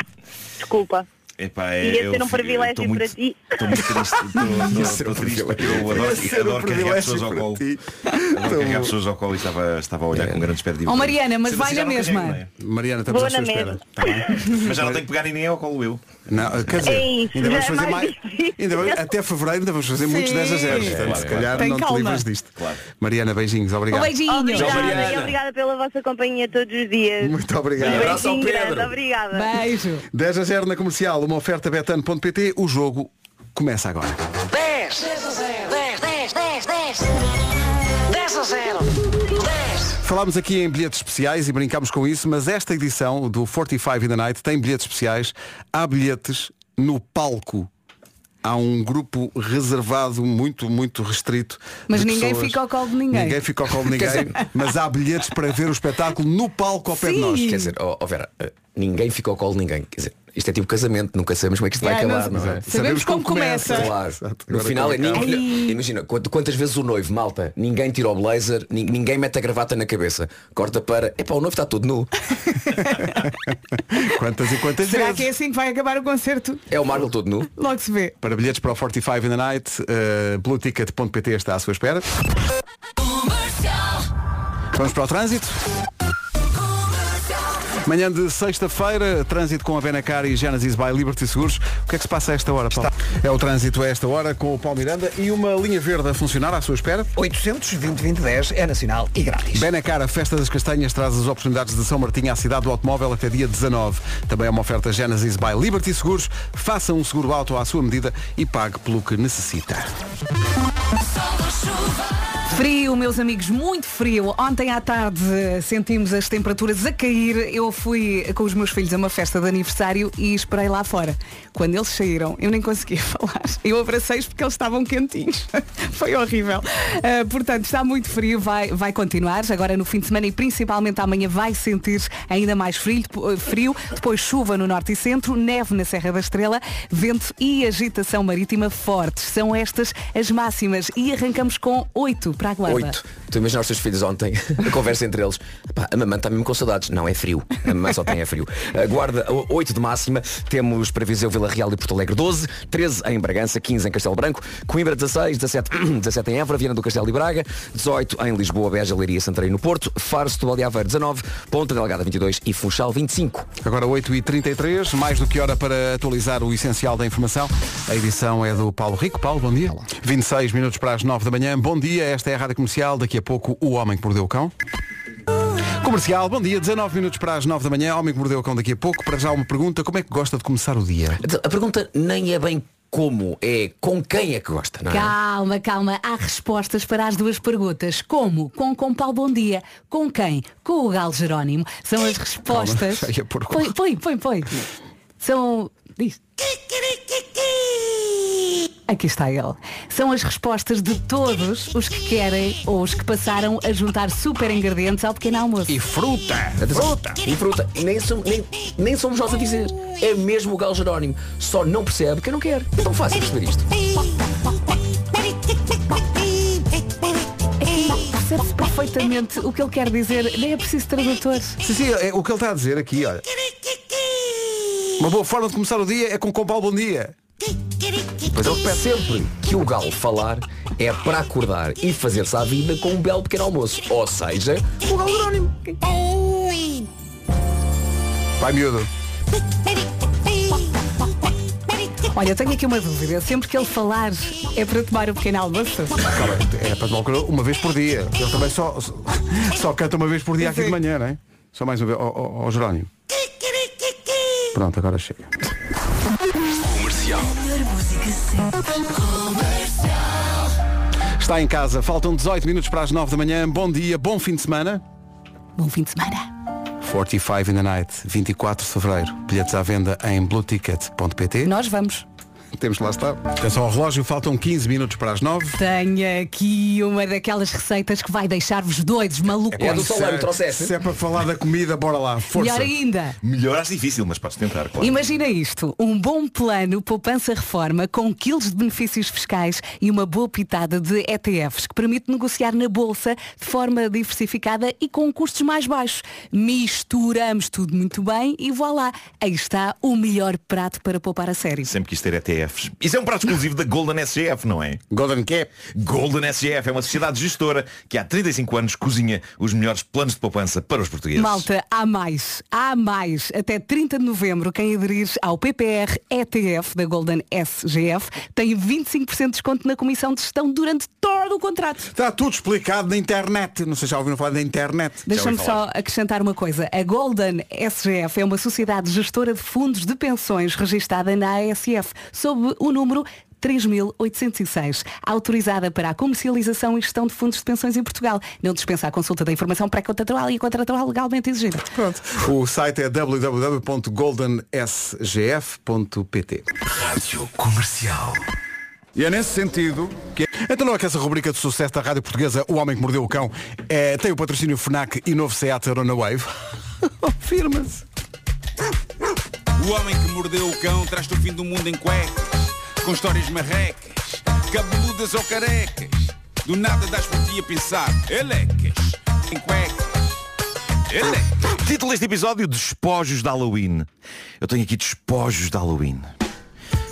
desculpa. colo. Epá, é, Ia eu ser um fico- privilégio estou muito- para ti. Estou <laughs> muito triste. estou- Estou estou triste porque eu adoro, um adoro carregar pessoas ao colo. Adoro carregar Então, pessoas ao colo e estava, estava a É. olhar com grande espera de Ó, Oh, Mariana, mas Sendo vai assim, na já não mesma. carrego, não Mariana, estamos Vou à na sua espera. mesma. Tá bem? é? Mas já não tenho que pegar em ninguém ao colo eu. Não, quer dizer, É isso, ainda vamos já é fazer mais mais. ainda vamos- até fevereiro ainda vamos fazer muitos Sim. 10 a 0. É, Portanto, claro, se claro. calhar Tem não te calma. livras disto. Claro. Mariana, beijinhos, obrigado. é? Um beijinho. Tchau, Obrigada Mariana. e obrigada pela vossa companhia todos os dias. Um Muito obrigado. Abraço ao Beijinho grande, Pedro. Obrigada. Beijo. 10 a 0 na comercial, uma oferta betano.pt, o jogo começa agora. 10 10 10 10 10 10 a 0 10 Falámos aqui em bilhetes especiais e brincámos com isso, mas esta edição do 45 in the Night tem bilhetes especiais. Há bilhetes no palco. Há um grupo reservado, muito, muito restrito. Mas de ninguém pessoas. fica ao colo de ninguém. Ninguém fica ao colo de <laughs> ninguém, mas há bilhetes para ver o espetáculo no palco ao pé de nós. Quer dizer, ó ó, Vera, eh, ninguém fica ao colo de ninguém. Quer dizer, isto é tipo casamento, nunca sabemos como é que isto vai Ah, não- acabar, não, é? Sabemos, como, começa. Claro. Exato. No Agora final é complicado. ninguém, Imagina, quant- quantas vezes o noivo, malta, ninguém tira o blazer, nin- ninguém mete a gravata na cabeça. Corta para, epá, o noivo está todo nu. Quantas e quantas Será vezes? que é assim que vai acabar o concerto? É o Marco todo nu. Logo se vê. Para bilhetes para o 45 in the Night, uh, blueticket.pt está à sua espera. Vamos para o trânsito. Manhã de sexta-feira, trânsito com a Benacar e Genesis by Liberty Seguros. O que é que se passa a esta hora, Paulo? É o trânsito a esta hora com o Paulo Miranda e uma linha verde a funcionar à sua espera. 820-2010 é nacional e grátis. Benacar, a Festa das Castanhas traz as oportunidades de São Martinho à cidade do automóvel até dia 19. Também é uma oferta Genesis by Liberty Seguros. Faça um seguro alto à sua medida e pague pelo que necessita. Frio, meus amigos, muito frio. Ontem à tarde eh, sentimos as temperaturas a cair. Eu fui com os meus filhos a uma festa de aniversário e esperei lá fora. Quando eles saíram, eu nem conseguia <laughs> falar. Eu abracei-os porque eles estavam quentinhos. <laughs> Foi horrível. Eh, portanto, está muito frio, vai, vai continuar. Agora no fim de semana e principalmente amanhã vai sentir ainda mais frio. Depo- eh, frio. Depois chuva no norte e centro, neve na Serra da Estrela, vento e agitação marítima fortes. São estas as máximas e arrancamos com 8 para a guarda. Oito. Tu imaginas os teus filhos ontem, a conversa entre eles. Pá, a mamãe está mesmo com saudades. Não, é frio. A mamãe só tem é frio. A guarda o- oito de máxima. Temos para Viseu, Vila Real e Porto Alegre 12, 13 13 em Bragança, 15 em Castelo Branco, Coimbra 16, <clears throat> 17, 17 em Évora, Viana do Castelo e Braga, 18 em Lisboa, Beja, Leiria, Santarém no Porto, Faro, Setúbal e Aveiro 19, Ponta Delgada 22 e Funchal 25. Agora 8h33, mais do que hora para atualizar o essencial da informação. A edição é do Paulo Rico. Paulo, bom dia. 26 minutos para as 9 da manhã. Bom dia, esta é a Rádio Comercial. Daqui a pouco, O Homem que Mordeu o Cão. Comercial, bom dia, 19 minutos para as 9 da manhã, Homem que Mordeu o Cão daqui a pouco. Para já uma pergunta, como é que gosta de começar o dia? Então, A pergunta nem é bem como, é com quem é que gosta, não é? Calma, calma. Há respostas para as duas perguntas. Como? Com com Paulo Bom Dia. Com quem? Com o Galo Jerónimo. São as respostas. <laughs> já ia pôr com- Põe, põe, põe, põe. São. Diz. Aqui está ele. São as respostas de todos os que querem ou os que passaram a juntar super ingredientes ao pequeno almoço. E fruta! Fruta! E fruta. Nem, som- nem- nem somos nós a dizer. É mesmo o Galo Jerónimo. Só não percebe quem não quer. É tão fácil perceber isto. Percebe-se perfeitamente o que ele quer dizer. Nem é preciso tradutores. Sim, sim, é o que ele está a dizer aqui, olha. Uma boa forma de começar o dia é com com Paulo Bom Dia. Pois ele pede sempre é que o Galo falar é para acordar e fazer-se à vida com um belo pequeno almoço. Ou seja, o É, Galo Jerónimo. Vai miúdo. Olha, eu tenho aqui uma dúvida. Sempre que ele falar é para tomar o pequeno almoço. Calma, é para tomar o calor uma vez por dia. Ele também só, só- só canta uma vez por dia aqui de manhã, não é? Só mais uma vez. Ó ó- ó, Jerónimo. Pronto, agora chega. Comercial. Está em casa, faltam 18 minutos para as 9 da manhã. Bom dia, bom fim de semana. Bom fim de semana. 45 in the night, 24 de fevereiro. Bilhetes à venda em blueticket.pt. Nós vamos. Temos que lá estar. Atenção ao relógio, faltam 15 minutos para as 9. Tenho aqui uma daquelas receitas que vai deixar-vos doidos, malucos. Se é- Se é para falar da comida, bora lá, força. Melhor ainda. Melhor acho difícil, mas podes tentar, claro. Imagina isto, um bom plano poupança-reforma com quilos de benefícios fiscais e uma boa pitada de ETFs que permite negociar na bolsa de forma diversificada e com custos mais baixos. Misturamos tudo muito bem e voilá, aí está o melhor prato para poupar a sério. Sempre quis ter ETFs. Isso é um prato exclusivo da Golden SGF, não é? Golden quê? Golden SGF é uma sociedade gestora que há 35 anos cozinha os melhores planos de poupança para os portugueses. Malta, há mais, há mais. Até 30 de novembro, quem aderir ao PPR ETF da Golden SGF tem 25% de desconto na comissão de gestão durante todo o contrato. Está tudo explicado na internet. Não sei se já ouviram falar da internet. Deixa-me só acrescentar uma coisa. A Golden SGF é uma sociedade gestora de fundos de pensões registada na ASF sob o número 3806, autorizada para a comercialização e gestão de fundos de pensões em Portugal. Não dispensa a consulta da informação pré-contratual e contratual legalmente exigida. Pronto. O site é www.goldensgf.pt Rádio Comercial. E é nesse sentido que... Então não é que essa rubrica de sucesso da Rádio Portuguesa O Homem que Mordeu o Cão eh, tem o patrocínio FNAC e novo Seat Arona <laughs> Wave? Firma-se. O homem que mordeu o cão traz-te o fim do mundo em cuecas, com histórias marrecas, cabeludas ou carecas. Do nada das por ti a pensar, elecas, em cuecas. Título deste episódio Despojos de Halloween. Eu tenho aqui despojos de Halloween.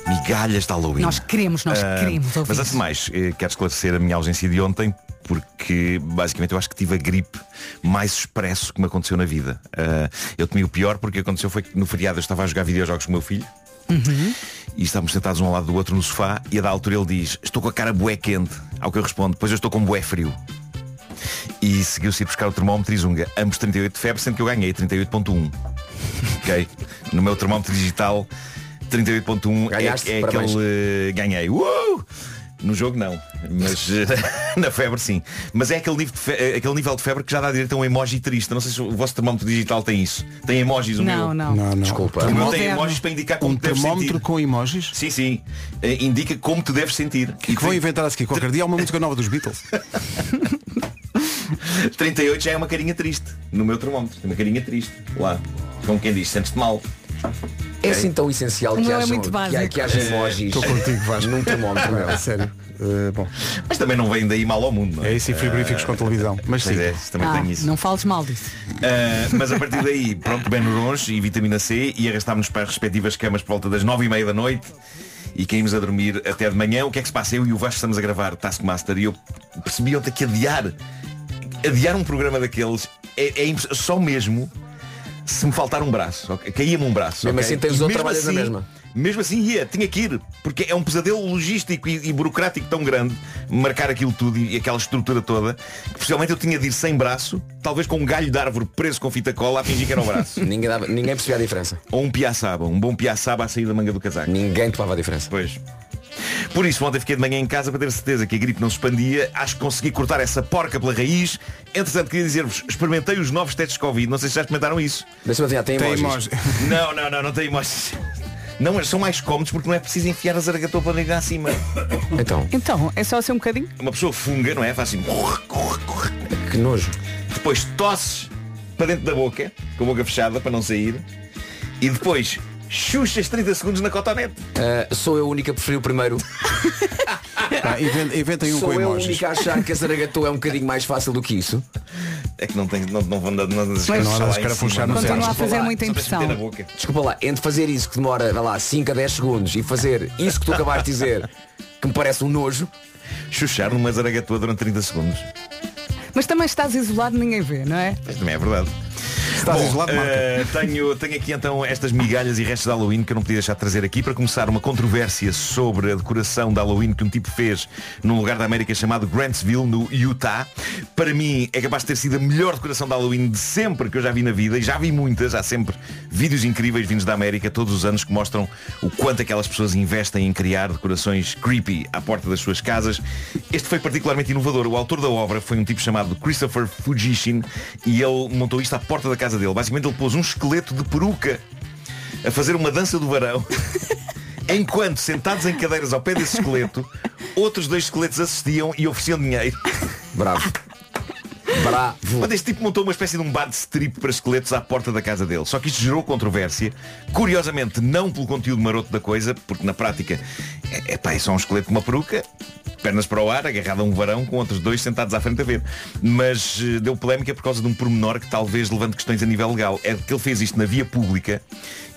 Migalhas de Halloween. Nós queremos, nós Ah, queremos ouvir. Mas antes de mais, eh, quero esclarecer a minha ausência de ontem porque basicamente eu acho que tive a gripe mais expresso que me aconteceu na vida. Ah, eu tomei o pior porque o que aconteceu foi que no feriado eu estava a jogar videojogos com o meu filho Uhum. e estávamos sentados um ao lado do outro no sofá e a da altura ele diz, estou com a cara bué <laughs> quente. Ao que eu respondo, pois eu estou com bué frio. E seguiu-se ir buscar o termómetro e zunga. Ambos 38 de febre, sendo que eu ganhei 38.1. ok? No meu termómetro digital, 38.1 Ganhaste, é, é parabéns. aquele eh, ganhei. Uou! No jogo não, mas eh, <laughs> na febre sim. Mas é aquele nível, de fe- eh, aquele nível de febre que já dá direito a um emoji triste. Não sei se o vosso termómetro digital tem isso. Tem emojis o meu? Não, não. Não, não. Desculpa. O meu tem Moderno. emojis para indicar como Um te deves termómetro sentir. com emojis? Sim, sim. Eh, indica como te deves sentir. E que vão inventar a seguir qualquer dia há uma música nova dos Beatles. 38 já é uma carinha triste no meu termómetro. Tem uma carinha triste. Lá. Como quem diz, sentes-te mal. É assim tão essencial que Não é haja, muito que, ha- básico. que haja emojis. Estou contigo, Vasco. Num termómetro, não é? Sério. Eh, bom. Mas também não vem daí mal ao mundo, não é? É isso e frigoríficos Eh, com televisão. Mas pois sim. é, isso também Ah, tem isso. não fales mal disso. Uh, mas a partir daí, pronto, bem longe e vitamina C e arrastámos-nos para as respectivas camas por volta das nove e meia da noite e caímos a dormir até de manhã. O que é que se passa? Eu e o Vasco estamos a gravar Taskmaster e eu percebi ontem que adiar, adiar um programa daqueles é, é imposs- só mesmo se me faltar um braço. ok? Caía-me um braço. Mesmo ok? assim, tens E outro mesmo trabalho na assim, mesma. mesmo assim ia, tinha que ir, porque é um pesadelo logístico e, e burocrático tão grande marcar aquilo tudo e, e aquela estrutura toda, que possivelmente eu tinha de ir sem braço, talvez com um galho de árvore preso com fita cola a fingir que era o braço. <laughs> ninguém, dava, ninguém percebia a diferença. Ou um piaçaba, um bom piaçaba a sair da manga do casaco. Ninguém topava a diferença. Pois. Por isso, ontem fiquei de manhã em casa para ter certeza que a gripe não se expandia. Acho que consegui cortar essa porca pela raiz. Entretanto, queria dizer-vos, experimentei os novos testes Covid. Não sei se já experimentaram isso. Deixa-me adivinhar, tem Tem <laughs> emojis? emoji. Não, não, não, não tem emojis. <laughs> Não, mas são mais cómodos porque não é preciso enfiar a zaragatopa ali lá acima. Então. Então, é só assim um bocadinho? Uma pessoa funga, não é? Faz assim. Que nojo. Depois tosses para dentro da boca, com a boca fechada para não sair. E depois chuchas 30 segundos na cotonete. Ah, sou eu a única que preferi o primeiro. inventem um sou com <laughs> eu a emojis. única a achar que a Zaragatou é um bocadinho mais fácil do que isso. É que não tem. Não, não, não, não, não, não, Pois. não, Continua a fazer muita impressão. Desculpa lá, entre fazer isso que demora, vai lá, 5 a 10 segundos e fazer isso que tu acabaste de dizer, que me parece um nojo. Chuchar numa zaragatua durante 30 segundos. Mas também estás isolado, ninguém vê, não é? Mas também é verdade. Bom, eh, tenho, tenho aqui então estas migalhas e restos de Halloween que eu não podia deixar de trazer aqui para começar uma controvérsia sobre a decoração de Halloween que um tipo fez num lugar da América chamado Grantsville, no Utah. Para mim é capaz de ter sido a melhor decoração de Halloween de sempre que eu já vi na vida e já vi muitas, há sempre vídeos incríveis vindos da América todos os anos que mostram o quanto aquelas pessoas investem em criar decorações creepy à porta das suas casas. Este foi particularmente inovador. O autor da obra foi um tipo chamado Christopher Fugishin e ele montou isto à porta da casa dele. Basicamente ele pôs um esqueleto de peruca a fazer uma dança do varão. <laughs> Enquanto, sentados em cadeiras ao pé desse esqueleto, outros dois esqueletos assistiam e ofereciam dinheiro. <laughs> Bravo. Bravo. Mas este tipo montou uma espécie de um bar de strip para esqueletos à porta da casa dele. Só que isto gerou controvérsia. Curiosamente, não pelo conteúdo maroto da coisa, porque na prática é, é, pá, é só um esqueleto com uma peruca, pernas para o ar, agarrado a um varão, com outros dois sentados à frente a ver. Mas eh, deu polémica por causa de um pormenor que talvez levante questões a nível legal. É que ele fez isto na via pública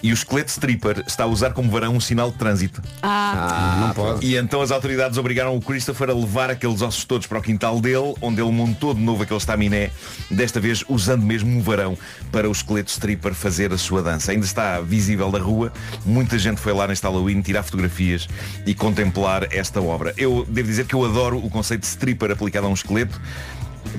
e o esqueleto stripper está a usar como varão um sinal de trânsito. Ah. E então as autoridades obrigaram o Christopher a levar aqueles ossos todos para o quintal dele, onde ele montou de novo aquele estaminé, desta vez usando mesmo um varão para o esqueleto stripper fazer a sua dança. Ainda está visível na rua, muita gente foi lá neste Halloween tirar fotografias e contemplar esta obra. Eu devo dizer que eu adoro o conceito de stripper aplicado a um esqueleto.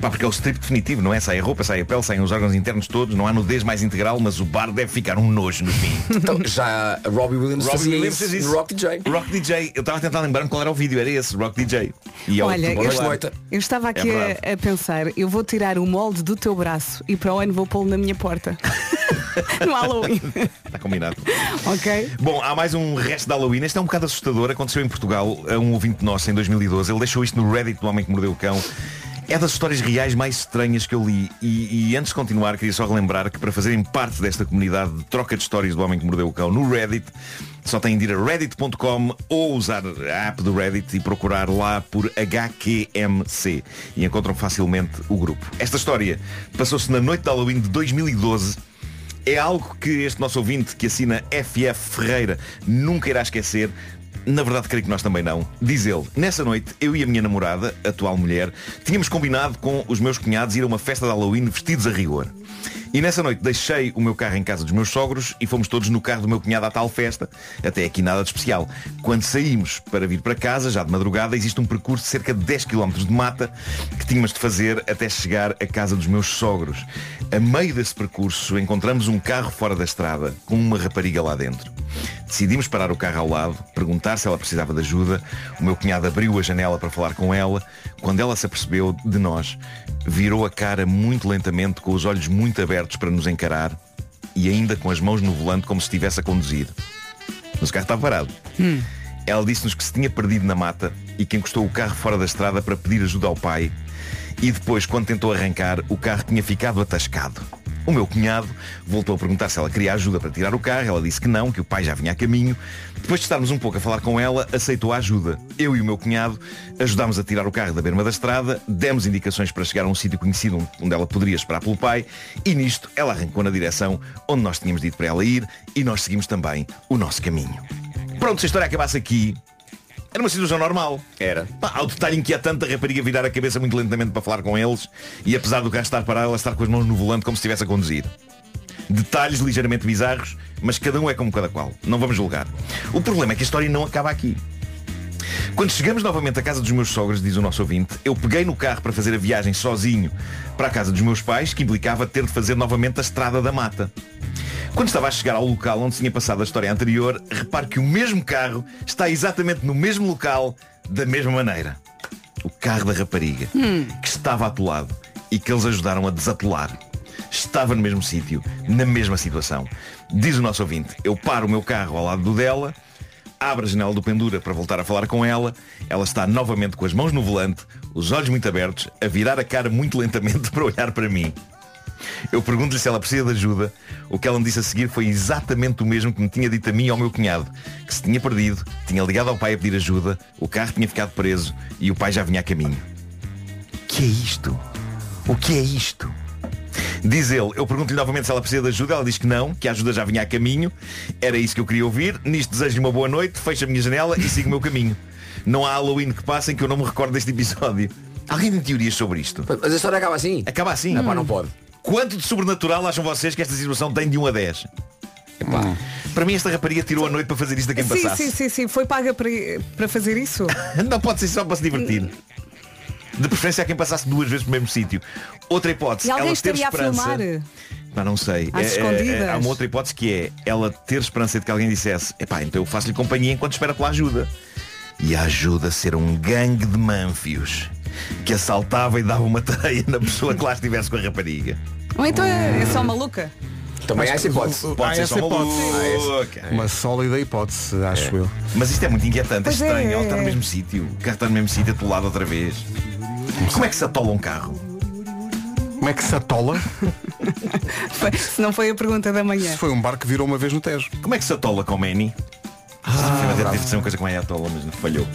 Pá, porque é o strip definitivo, não é? Sai a roupa, sai a pele, saem os órgãos internos todos, não há nudez mais integral, mas o bar deve ficar um nojo no fim. Então, já Robbie Williams fazia isso fez no Rock DJ. Rock DJ. Eu estava a tentar lembrar-me qual era o vídeo, era esse, Rock DJ. E é o Olha, futebol eu, lá. eu estava aqui É a- verdade. a, pensar, eu vou tirar o molde do teu braço e para o ano vou pô-lo na <laughs> minha porta. no Halloween. Está combinado. ok? Bom, há mais um resto de Halloween. Este é um bocado assustador. Aconteceu em Portugal a um ouvinte nosso em 2012. Ele deixou isto no Reddit do Homem que Mordeu o Cão. É das histórias reais mais estranhas que eu li. E, e antes de continuar, queria só relembrar que para fazerem parte desta comunidade de troca de histórias do Homem que Mordeu o Cão no Reddit, só têm de ir a reddit.com ou usar a app do Reddit e procurar lá por HQMC. E encontram facilmente o grupo. Esta história passou-se na noite de Halloween de 2012 é algo que este nosso ouvinte que assina FF Ferreira nunca irá esquecer. Na verdade, creio que nós também não. Diz ele, nessa noite, eu e a minha namorada, atual mulher, tínhamos combinado com os meus cunhados ir a uma festa de Halloween vestidos a rigor. E nessa noite deixei o meu carro em casa dos meus sogros e fomos todos no carro do meu cunhado à tal festa. Até aqui nada de especial. Quando saímos para vir para casa, já de madrugada, existe um percurso de cerca de 10 km de mata que tínhamos de fazer até chegar à casa dos meus sogros. A meio desse percurso encontramos um carro fora da estrada com uma rapariga lá dentro. Decidimos parar o carro ao lado, perguntar se ela precisava de ajuda. O meu cunhado abriu a janela para falar com ela. Quando ela se apercebeu de nós, virou a cara muito lentamente, com os olhos muito abertos para nos encarar e ainda com as mãos no volante como se estivesse a conduzir. Mas o carro estava parado. Ela disse-nos que se tinha perdido na mata e que encostou o carro fora da estrada para pedir ajuda ao pai. E depois, quando tentou arrancar, o carro tinha ficado atascado. O meu cunhado voltou a perguntar se ela queria ajuda para tirar o carro. Ela disse que não, que o pai já vinha a caminho. Depois de estarmos um pouco a falar com ela, aceitou a ajuda. Eu e o meu cunhado ajudámos a tirar o carro da berma da estrada, demos indicações para chegar a um sítio conhecido onde ela poderia esperar pelo pai e nisto ela arrancou na direção onde nós tínhamos dito para ela ir e nós seguimos também o nosso caminho. Pronto, se a história acabasse aqui, era uma situação normal. Era. Pá, há o detalhe inquietante da rapariga virar a cabeça muito lentamente para falar com eles e apesar do carro estar parado, ela estar com as mãos no volante como se estivesse a conduzir. Detalhes ligeiramente bizarros, mas cada um é como cada qual. Não vamos julgar. O problema é que a história não acaba aqui. Quando chegamos novamente à casa dos meus sogros, diz o nosso ouvinte, eu peguei no carro para fazer a viagem sozinho para a casa dos meus pais, que implicava ter de fazer novamente a estrada da mata. Quando estava a chegar ao local onde tinha passado a história anterior, repare que o mesmo carro está exatamente no mesmo local, da mesma maneira. O carro da rapariga, Hum. que estava atolado e que eles ajudaram a desatolar, estava no mesmo sítio, na mesma situação. Diz o nosso ouvinte, eu paro o meu carro ao lado do dela, abro a janela do pendura para voltar a falar com ela, ela está novamente com as mãos no volante, os olhos muito abertos, a virar a cara muito lentamente <laughs> para olhar para mim. Eu pergunto-lhe se ela precisa de ajuda. O que ela me disse a seguir foi exatamente o mesmo que me tinha dito a mim e ao meu cunhado. Que se tinha perdido, tinha ligado ao pai a pedir ajuda, o carro tinha ficado preso e o pai já vinha a caminho. que é isto? O que é isto? Diz ele, eu pergunto-lhe novamente se ela precisa de ajuda, ela diz que não, que a ajuda já vinha a caminho, era isso que eu queria ouvir, nisto desejo-lhe uma boa noite, fecho a minha janela e sigo o meu caminho. Não há Halloween que passe em que eu não me recordo deste episódio. Alguém tem teorias sobre isto? Mas a história acaba assim? Acaba assim. Ah, pá, não pode. Quanto de sobrenatural acham vocês que esta situação tem de 1 a 10? Epá, Para mim esta rapariga tirou a noite para fazer isto a quem Hum. Sim, passasse. sim, sim, sim. Foi paga para, para fazer isso? Não pode ser só para se divertir. De preferência a quem passasse duas vezes no mesmo sítio. Outra hipótese, E alguém ela ter estaria a esperança. filmar? Pá, não sei. É, Às escondidas. há uma outra hipótese que é ela ter esperança de que alguém dissesse, epá, então eu faço-lhe companhia enquanto espera pela ajuda. E a ajuda a ser um gangue de manfios que assaltava e dava uma <laughs> tareia na pessoa que lá estivesse com a rapariga. Ou então é, é só maluca? Mas Ah, Pode ser só maluca. Uma sólida hipótese, acho eu. Mas isto é muito inquietante, é Pois é, estranho. Ela é, está no é. mesmo sítio. O carro está no mesmo sítio, atolado outra vez. Como é que se atola um carro? Como é que se <laughs> atola? Foi- Se não foi a pergunta da manhã. Foi um barco que virou uma vez no Tejo. Como é que se atola com o Manny? Ah, Até teve de ser uma coisa com a atola, mas não falhou.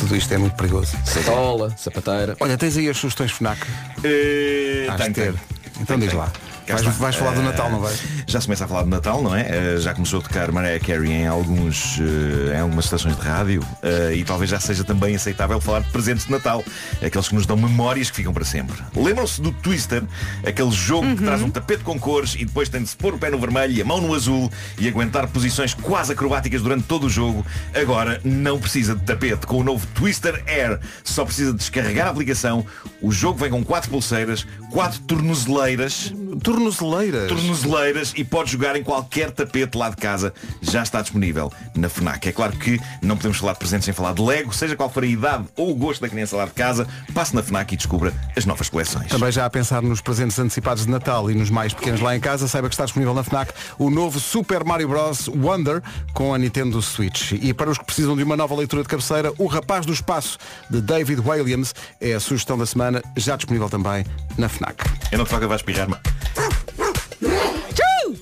Tudo isto é muito perigoso. Atola, sapateira. Olha, tens aí as sugestões FNAC? Hás de tenho, ter. tenho. Então diz lá. Cá Vais, está. vais falar do Eh, Natal, não vais? Já se começa a falar do Natal, não é? Eh, já começou a tocar Mariah Carey em, alguns, eh, em algumas estações de rádio eh, e talvez já seja também aceitável falar de presentes de Natal, aqueles que nos dão memórias que ficam para sempre. Lembram-se do Twister, aquele jogo Uhum. que traz um tapete com cores e depois tem de se pôr o pé no vermelho e a mão no azul e aguentar posições quase acrobáticas durante todo o jogo. Agora não precisa de tapete. Com o novo Twister Air, só precisa descarregar a aplicação. O jogo vem com quatro pulseiras, quatro tornozeleiras. Tornozeleiras? Tornozeleiras e pode jogar em qualquer tapete lá de casa. Já está disponível na FNAC. É claro que não podemos falar de presentes sem falar de Lego, seja qual for a idade ou o gosto da criança lá de casa, passe na FNAC e descubra as novas coleções. Também já a pensar nos presentes antecipados de Natal e nos mais pequenos lá em casa, saiba que está disponível na FNAC o novo Super Mario Bros. Wonder com a Nintendo Switch. E para os que precisam de uma nova leitura de cabeceira, O Rapaz do Espaço, de David Williams, é a sugestão da semana, já disponível também na FNAC. Eu não te falo que vais espirrar, mas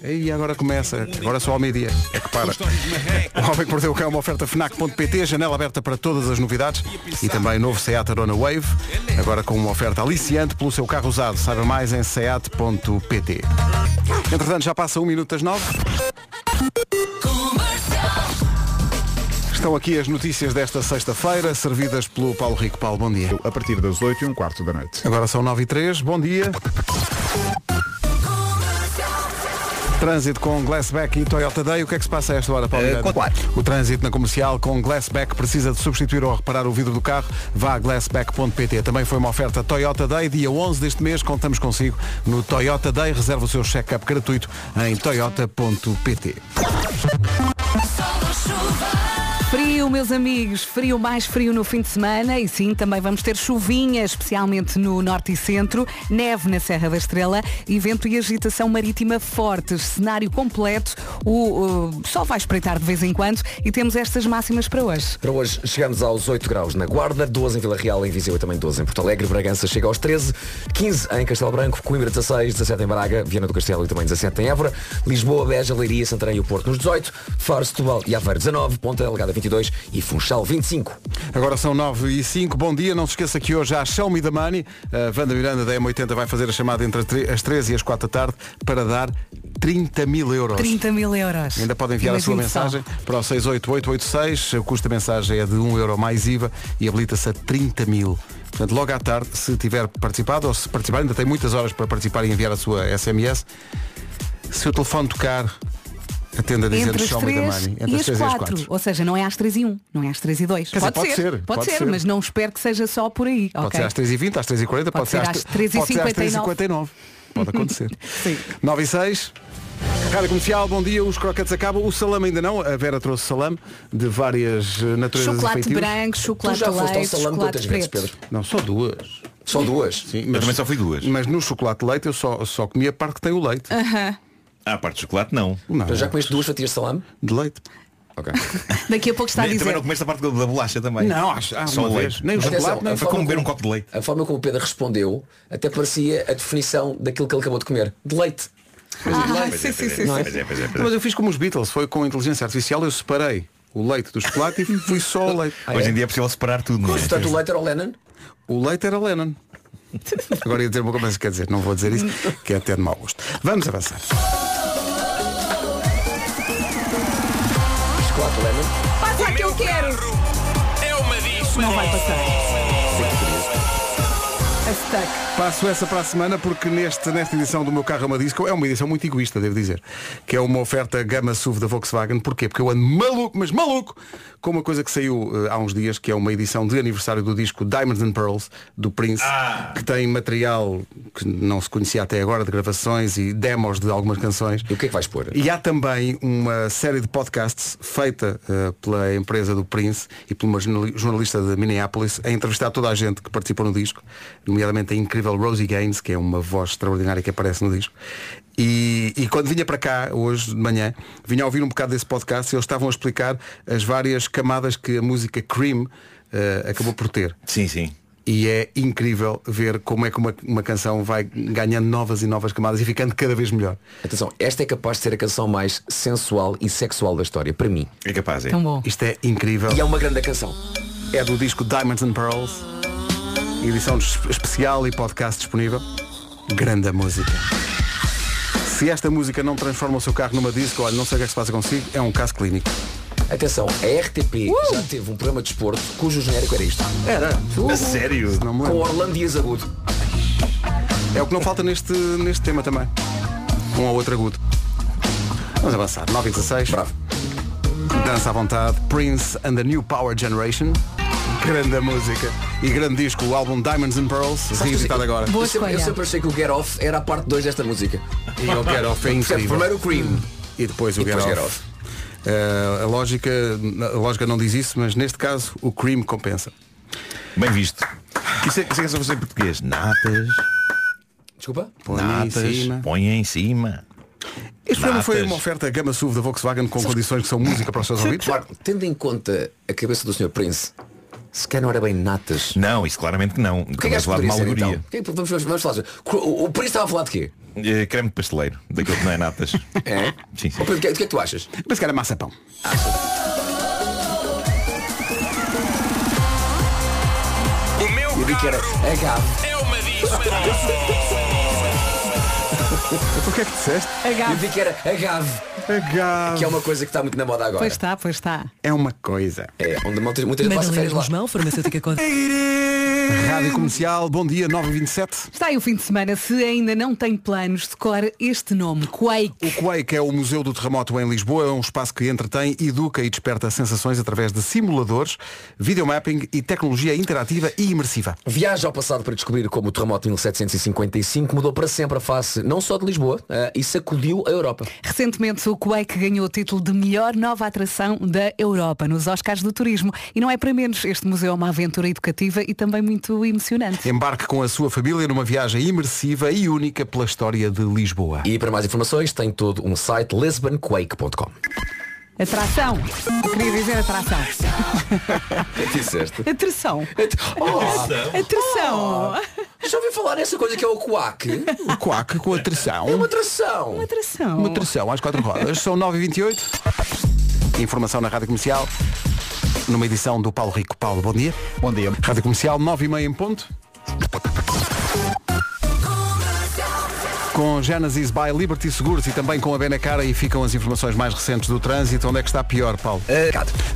E agora começa, agora só ao meio-dia. É que para. O Homem que Mordeu o Cão é uma oferta FNAC.pt, janela aberta para todas as novidades e também novo Seat Arona Wave, agora com uma oferta aliciante pelo seu carro usado. Saiba mais em seat.pt. Entretanto, já passa um minuto das nove. Estão aqui as notícias desta sexta-feira, servidas pelo Paulo Rico. Paulo, bom dia. A partir das 8 e um quarto da noite. Agora são 9 e três. bom dia. Trânsito com Glassback e Toyota Day. O que é que se passa a esta hora, Paulo? Eh, Miranda? com quatro. O trânsito na comercial com Glassback precisa de substituir ou reparar o vidro do carro. Vá a glassback.pt. Também foi uma oferta Toyota Day, dia 11 deste mês. Contamos consigo no Toyota Day. Reserva o seu check-up gratuito em toyota.pt. Frio, meus amigos, frio mais frio no fim de semana e sim, também vamos ter chuvinha, especialmente no norte e centro, neve na Serra da Estrela e vento e agitação marítima fortes. Cenário completo, o, o sol vai espreitar de vez em quando e temos estas máximas para hoje. Para hoje chegamos aos 8 graus na Guarda, 12 em Vila Real, em Viseu e também 12 em Porto Alegre, Bragança chega aos 13, 15 em Castelo Branco, Coimbra 16, 17 em Braga, Viana do Castelo e também 17 em Évora, Lisboa, Beja, Leiria, Santarém e o Porto nos 18, Faro, Setúbal e Aveiro 19, Ponta Delgada 22 e Funchal 25. Agora são 9 e 5, bom dia, não se esqueça que hoje há Show Me the Money, a Wanda Miranda da M80 vai fazer a chamada entre as tre- as 3 e as 4 da tarde para dar 30 mil euros. 30 mil euros. Ainda podem enviar a sua Imagino só. mensagem para o 68886. O custo da mensagem é de 1 euro mais IVA e habilita-se a 30 mil. Portanto, logo à tarde, se tiver participado ou se participar, ainda tem muitas horas para participar e enviar a sua SMS. Se o telefone tocar, atenda dizendo Entre as show me the três money. e as as três e as quatro. quatro. Ou seja, não é às três e um, não é às três e dois. Quer dizer, pode ser, Pode, pode ser, ser. mas não espero que seja só por aí. Pode ok? ser às 3h20, às 3h40, pode, Pode ser às tre- pode ser às 3h59. 3h59. Pode <laughs> acontecer. 9 e 6. Rádio Comercial, bom dia, os croquetes acabam, o salame ainda não, a Vera trouxe salame de várias eh, naturezas e Chocolate feitios. branco, chocolate leite, chocolate preto. Não, só duas. Só duas? Sim, Eu também só fui duas. Mas no chocolate de leite eu só, só comi a parte que tem o leite. Aham. Ah, a parte de chocolate não. Não. Já comeste duas fatias de salame? De leite. Ok. Daqui a pouco está a Nem- também não dizer. comeste a parte da da bolacha também. Não, acho- ah, Só uma o vez. leite. Nem o Atenção, chocolate, nem a o forma como beber como- um copo de leite. A forma como o Pedro respondeu até parecia a definição daquilo que ele acabou de comer. De leite. Pois é, Ah, pois é, sim, pois sim, é, sim, não é? sim. Pois é, pois é, pois é. Mas eu fiz como os Beatles, foi com inteligência artificial, eu separei o leite do chocolate e fui só o leite. Hoje em dia é possível separar tudo, não é? Portanto, o leite era o Lennon? O leite era Lennon. Agora ia dizer uma coisa, mas quer dizer, não vou dizer isso, que é até de mau gosto. Vamos avançar. Chocolate Lennon. Passa a que eu quero. É uma disso. Não vai passar. A stuck. Passo essa para a semana porque neste, nesta edição do meu carro é uma disco é uma edição muito egoísta, devo dizer. Que é uma oferta gama SUV da Volkswagen. Porquê? Porque eu ando maluco, mas maluco, com uma coisa que saiu eh, há uns dias, que é uma edição de aniversário do disco Diamonds and Pearls, do Prince, que tem material que não se conhecia até agora, de gravações e demos de algumas canções. E o que é que vais pôr? E há também uma série de podcasts feita eh, pela empresa do Prince e por uma jornali- jornalista de Minneapolis a entrevistar toda a gente que participou no disco, nomeadamente a incrível Rosie Gaines, que é uma voz extraordinária que aparece no disco. E, e quando vinha para cá, hoje de manhã, vinha a ouvir um bocado desse podcast e eles estavam a explicar as várias camadas que a música Cream eh, acabou por ter. Sim, sim. E é incrível ver como é que uma, uma canção vai ganhando novas e novas camadas e ficando cada vez melhor. Atenção, esta é capaz de ser a canção mais sensual e sexual da história, para mim. É capaz, é. Isto é incrível. E é uma grande canção. É do disco Diamonds and Pearls. Edição es- especial e podcast disponível. Grande música. Se esta música não transforma o seu carro numa disco, olha, não sei o que é que se passa consigo, é um caso clínico. Atenção, a RTP já teve um programa de desporto cujo genérico era isto. Era. A sério? Não me Com lembro. Orlando Dias Agudo. É o que não falta neste, neste tema também. Um ou outro agudo. Vamos avançar. 9 e 16. Bravo. Dança à vontade. Prince and the New Power Generation. Grande música. E grande disco, o álbum Diamonds and Pearls, reeditado agora. eu, sempre, eu sempre achei que o Get Off era a parte 2 desta música. E o Get Off é incrível. Primeiro o Cream. E depois o E Get depois Off. Get Off. Eh, a, lógica, a lógica não diz isso, mas neste caso o cream compensa. Bem visto. Isso é, isso é só você em português. Natas, Desculpa? Põe natas, em cima. põe em cima. Este programa foi Natas. uma oferta gama SUV da Volkswagen com condições que são música para os seus ouvidos. Claro, tendo em conta a cabeça do Sr. Prince, se calhar não era bem natas. Não, isso claramente que não. O que é que acho Estamos a falar que de poderia uma ser, alegoria. então? O que é que- Vamos, vamos, vamos falar. O, o Prince estava a falar de quê? Eh, creme de pasteleiro, daquilo que não é natas. É? Sim, sim. Ó, Pedro, o que, é- o que é que tu achas? Mas que era maçapão. Eu vi que era a Gav. É uma disso. O que é que disseste? Eu vi que era a Gav, que é uma coisa que está muito na moda agora. Pois está, pois está. É uma coisa. É, onde muita, muita gente passa férias lá. Guzmão, farmacêutica <laughs> com... Rádio Comercial, bom dia, 927. Está aí o fim de semana. Se ainda não tem planos, decore este nome, Quake. O Quake é o Museu do Terremoto em Lisboa, é um espaço que entretém, educa e desperta sensações através de simuladores, videomapping e tecnologia interativa e imersiva. Viaja ao passado para descobrir como o terremoto de 1755 mudou para sempre a face não só de Lisboa eh, e sacudiu a Europa. Recentemente, o Quake ganhou o título de melhor nova atração da Europa nos Oscars do Turismo. E não é para menos, este museu é uma aventura educativa e também muito emocionante. Embarque com a sua família numa viagem imersiva e única pela história de Lisboa. E para mais informações tem todo um site lisbonquake.com. Atração. Eu queria dizer atração. Disseste? Atração. <laughs> Oh, Atração. já ouvi falar nessa coisa que é o coaque? O Quack com a tração. É uma atração. Atração. Uma tração às quatro rodas. São 9h28. Informação na Rádio Comercial. Numa edição do Paulo Rico. Paulo, bom dia. Bom dia. Rádio Comercial, 9h30 em ponto. com Genesis by Liberty Seguros e também com a Benacar e ficam as informações mais recentes do trânsito. Onde é que está pior, Paulo?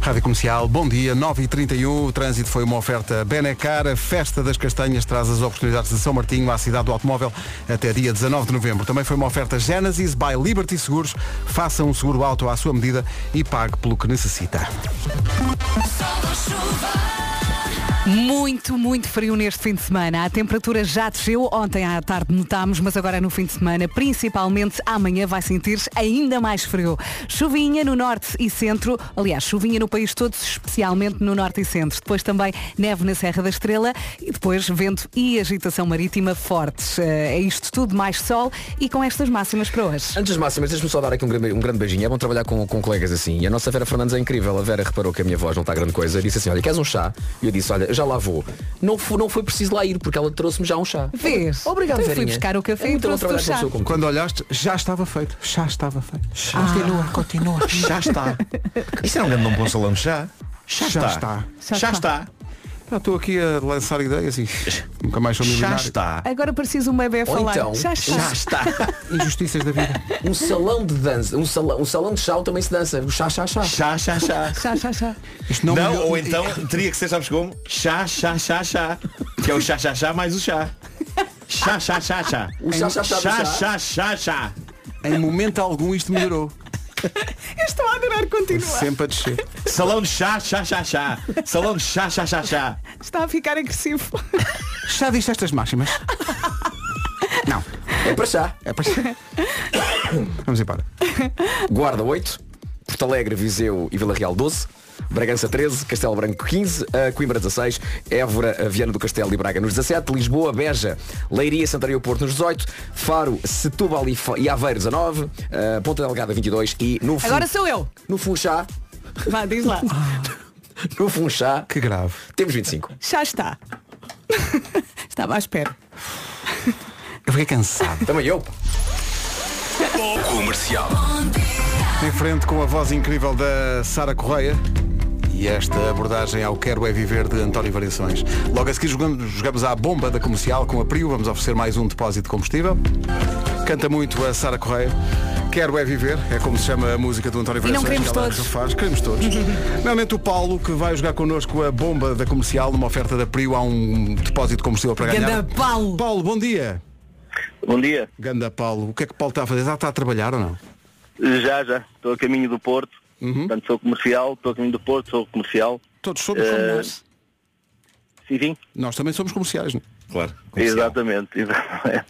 Rádio Comercial, bom dia, 9h31. O trânsito foi uma oferta Benacar. A Festa das Castanhas traz as oportunidades de São Martinho à cidade do automóvel até dia 19 de novembro. Também foi uma oferta Genesis by Liberty Seguros. Faça um seguro alto à sua medida e pague pelo que necessita. Muito, muito frio neste fim de semana. A temperatura já desceu. Ontem à tarde notámos, mas agora no fim de semana, principalmente amanhã, vai sentir-se ainda mais frio. Chuvinha no norte e centro. Aliás, chuvinha no país todo, especialmente no norte e centro. Depois também neve na Serra da Estrela e depois vento e agitação marítima fortes. Eh, É isto tudo, mais sol e com estas máximas para hoje. Antes das máximas, deixa-me só dar aqui um grande, um grande beijinho. É bom trabalhar com, com colegas assim. E a nossa Vera Fernandes é incrível. A Vera reparou que a minha voz não está grande coisa. Disse assim, olha, queres um chá? E eu disse, olha, já lá vou. Não foi, não foi preciso lá ir, porque ela trouxe-me já um chá. Vês? Obrigado, então eu fui Verinha. buscar o café É e muito trouxe bom o trabalhar com chá. pessoa como tu. Quando olhaste, já estava feito. Já estava feito. Já Ah. Continua, continua. <laughs> Já está. Isso era um grande nome para um salão de chá. Já, está. está. Já Já está. Pá, Estou aqui a lançar ideias e nunca mais sou Já milionário. está. Agora preciso um bebê a Ou falar. então, já está. Injustiças da vida. Um salão de dança, um salão, um salão de chá também se dança. O chá, chá, chá. Chá, chá, chá. Chá, chá, chá. Isto não não, melhor- ou então teria que ser, sabes como? Chá, chá, chá, chá. Que é o chá, chá, chá mais o chá. Chá, chá, chá, chá. O chá, chá, chá do chá, chá. chá, chá, chá. Em momento algum isto melhorou. Eu estou a adorar continuar. Sempre a descer. Salão de chá, chá, chá, chá. Salão de chá, chá, chá, chá. Está a ficar agressivo. Já diste estas <laughs> máximas? Não. É para chá. É <coughs> para Vamos embora. Guarda 8, Porto Alegre, Viseu e Vila Real 12, Bragança 13, Castelo Branco 15, eh, Coimbra 16, Évora, eh, Viana do Castelo e Braga nos 17, Lisboa, Beja, Leiria, Santarém e o Porto nos 18, Faro, Setúbal e, Fa- e Aveiro 19, eh, Ponta Delgada 22 e no fim- Agora sou eu. No Funchá, Vá, diz lá. no Funchá, Que grave. temos 25. Já <laughs> está. Estava à espera. Eu fiquei cansado. Também eu. Comercial. Em frente com a voz incrível da Sara Correia. E esta abordagem ao Quero é Viver de António Variações. Logo a seguir jogamos, jogamos à bomba da comercial com a Priu. Vamos oferecer mais um depósito de combustível. Canta muito a Sara Correia. Quero é viver, é como se chama a música do António E não Variações. queremos que ela todos. Faz, queremos <laughs> todos. Realmente o Paulo, que vai jogar connosco a bomba da comercial numa oferta da Priu, há um depósito de combustível para ganhar. Ganda Paulo. Paulo, bom dia. Bom dia. Ganda Paulo, o que é que Paulo está a fazer? Já está a trabalhar ou não? Já, já. Estou a caminho do Porto. Uhum. Portanto, sou comercial. Estou a caminho do Porto, sou comercial. Todos somos como nós. Sim, sim. Nós também somos comerciais, não é? Claro. Exatamente, <laughs> exatamente.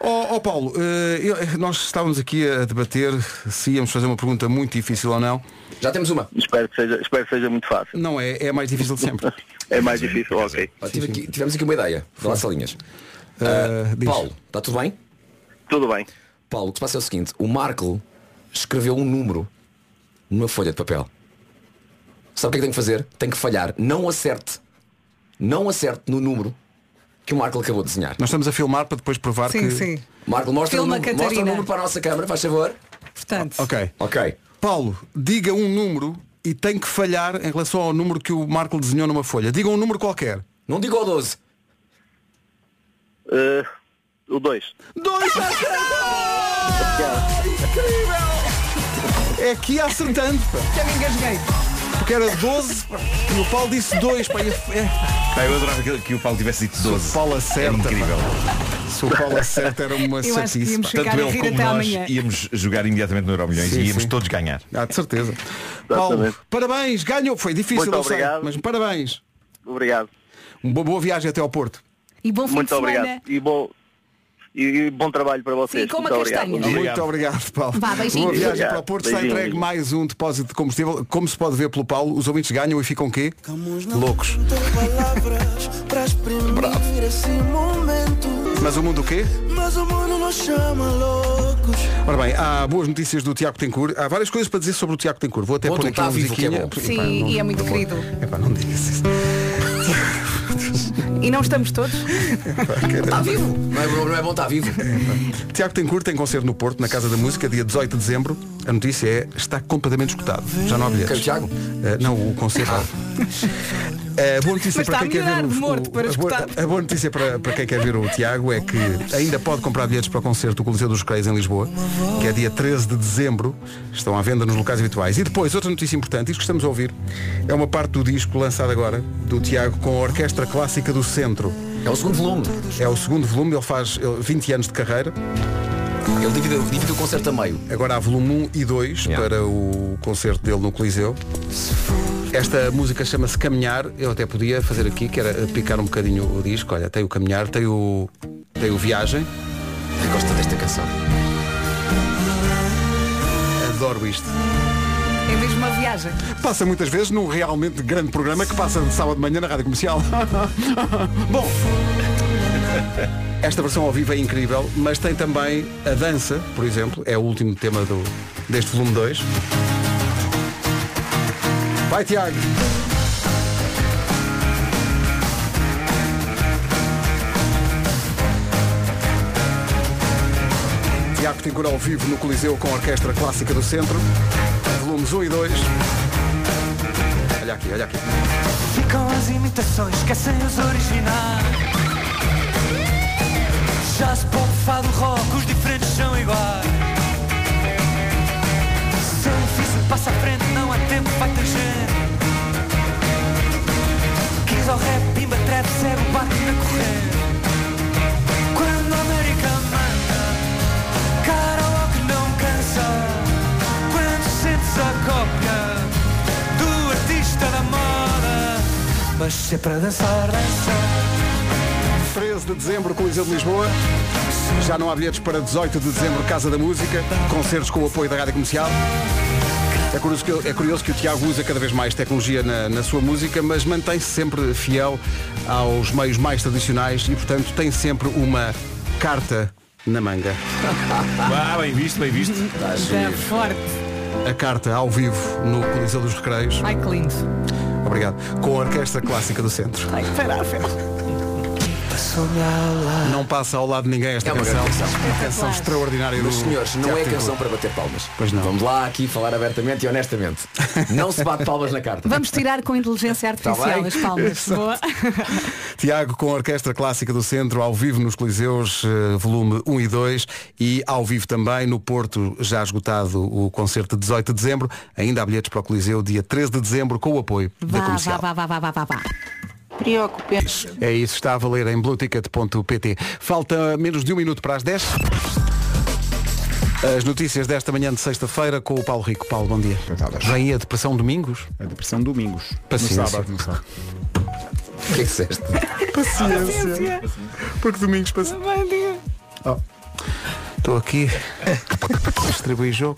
Ó ó, Paulo, eh, eu- nós estávamos aqui a debater se íamos fazer uma pergunta muito difícil ou não. Já temos uma. Espero que seja, espero que seja muito fácil. Não é, é mais difícil de sempre. É mais difícil, ok. Ó, tive aqui- tivemos aqui uma ideia. Vá lá, Salinhas. Eh, diz. Paulo, está tudo bem? Tudo bem. Paulo, o que se passa é o seguinte, o Marco escreveu um número numa folha de papel. Sabe o que é que tem que fazer? Tem que falhar. Não acerte. Não acerte no número que o Marco acabou de desenhar. Nós estamos a filmar para depois provar Sim, que. sim. Marco, mostra, o Filma, número, Catarina. mostra o número para a nossa câmara, faz favor. Portanto, Ok. Ok. Paulo, diga um número e tem que falhar em relação ao número que o Marco desenhou numa folha. Diga um número qualquer. Não diga o 12. Eh, o 2. Dois É aqui acertando, pá. já me engasguei. Porque era 12 pá, e o Paulo disse 2. Pá, e é- é- Pá, eu adorava que, que o Paulo tivesse dito 12. Paulo Era acerta. pá. incrível. Se o Paulo acerta era <laughs> uma Eu acho que chatice. íamos pá. Ficar Tanto a ele rir como até nós amanhã. íamos jogar imediatamente no Euro Milhões Sim, e íamos sim. todos ganhar. Ah, de certeza. Paulo, parabéns, ganhou. Foi difícil, Muito eu sei, obrigado. mas parabéns. Obrigado. Uma boa, boa viagem até ao Porto. E bom fim muito de semana. obrigado. E bom, e, e bom trabalho para vocês. Sim, como muito a obrigado. castanha. Bom dia. Muito obrigado, Paulo. Vá, beijinhos. Boa viagem Obrigado. para o Porto. Está Beijinhos. entregue mais um depósito de combustível. Como se pode ver pelo Paulo, os ouvintes ganham e ficam quê? Loucos. Bravo. Mas o mundo o quê? Ora bem, há boas notícias do Tiago Tencourt. Há várias coisas para dizer sobre o Tiago Tencourt. Vou até Bom, pôr tu aqui tá uma vivo, que é musiquinha. bom. Porque, Sim, pá, não- e é muito querido. Epá, não digas isso. E não estamos todos? Tá Está vivo. Não é, bom- não é bom estar vivo. Tiago Tencourt tem concerto no Porto, na Casa da Música, dia 18 de dezembro. A notícia é está completamente esgotado. Já não há bilhetes. Quem, o Tiago? <laughs> Eh, não, o concerto. A boa notícia Mas para está quem a quer ver melhorar o, de morto o- para a, boa, escutado. a boa notícia para, para quem quer ver o Tiago é que ainda pode comprar bilhetes para o concerto do Coliseu dos Creis em Lisboa, que é dia 13 de dezembro. Estão à venda nos locais habituais. E depois, outra notícia importante, isto que estamos a ouvir, é uma parte do disco lançado agora, do Tiago, com a Orquestra Clássica do Centro. É o segundo volume. É o segundo volume, ele faz eh, 20 anos de carreira. Ele dividiu, dividiu o concerto a meio. Agora há volume 1 e 2 para o concerto dele no Coliseu. Esta música chama-se Caminhar. Eu até podia fazer aqui, que era eh, picar um bocadinho o disco. Olha, tem o Caminhar, tem o, tem o Viagem. Eu gosto desta canção. Adoro isto. É mesmo uma viagem. Passa muitas vezes num realmente grande programa que passa de sábado de manhã na rádio comercial. <laughs> Bom, esta versão ao vivo é incrível, mas tem também a dança, por exemplo, é o último tema do, deste volume 2. Vai, Tiago! Tiago Tincura ao vivo no Coliseu com a Orquestra Clássica do Centro, volumes 1 e 2. Olha aqui, olha aqui. Ficam as imitações, esquecem os originais. Já se pop, fado, rock, os diferentes são iguais. Se o difícil passa à frente, não há tempo para ter gente. Quis ao rap, pimba, trap, cego, bate na corrente. Quando a América manda, karaoke não cansa. Quando sentes a cópia do artista da moda. Mas se é para dançar, dança. 13 de dezembro, Coliseu de Lisboa. Já não há bilhetes para 18 de dezembro, Casa da Música. Concertos com o apoio da Rádio Comercial. É curioso que, é curioso que o Tiago usa cada vez mais tecnologia na, na sua música, mas mantém-se sempre fiel aos meios mais tradicionais e, portanto, tem sempre uma carta na manga. Ah, bem visto, bem visto. Está forte. A carta ao vivo no Coliseu dos Recreios. Ai, que lindo. Obrigado. Com a Orquestra Clássica do Centro. Ai, que parável. Não passa ao lado de ninguém esta É uma canção. grande canção. Uma canção extraordinária Meus do senhores, não Tiago é Tincura. canção para bater palmas. Pois não. Vamos lá aqui falar abertamente e honestamente. Não se bate palmas na carta. Vamos tirar com inteligência artificial bem? as palmas. Tá Exato. Boa. Tiago com a Orquestra Clássica do Centro, ao vivo nos Coliseus, eh, volume 1 e 2, e ao vivo também no Porto, já esgotado o concerto de 18 de dezembro. Ainda há bilhetes para o Coliseu, dia 13 de dezembro, com o apoio da Vá, comercial. vá, vá, vá, vá, vá, vá, vá. Preocupante. É isso, está a valer em blueticket.pt. Falta menos de um minuto para as 10. As notícias desta manhã de sexta-feira com o Paulo Rico. Paulo, bom dia. Vem a depressão domingos? A depressão domingos. Paciência. No sábado, no sábado. O que é que disseste? Paciência. Porque domingos passa. Estou aqui. <laughs> Distribuir jogo.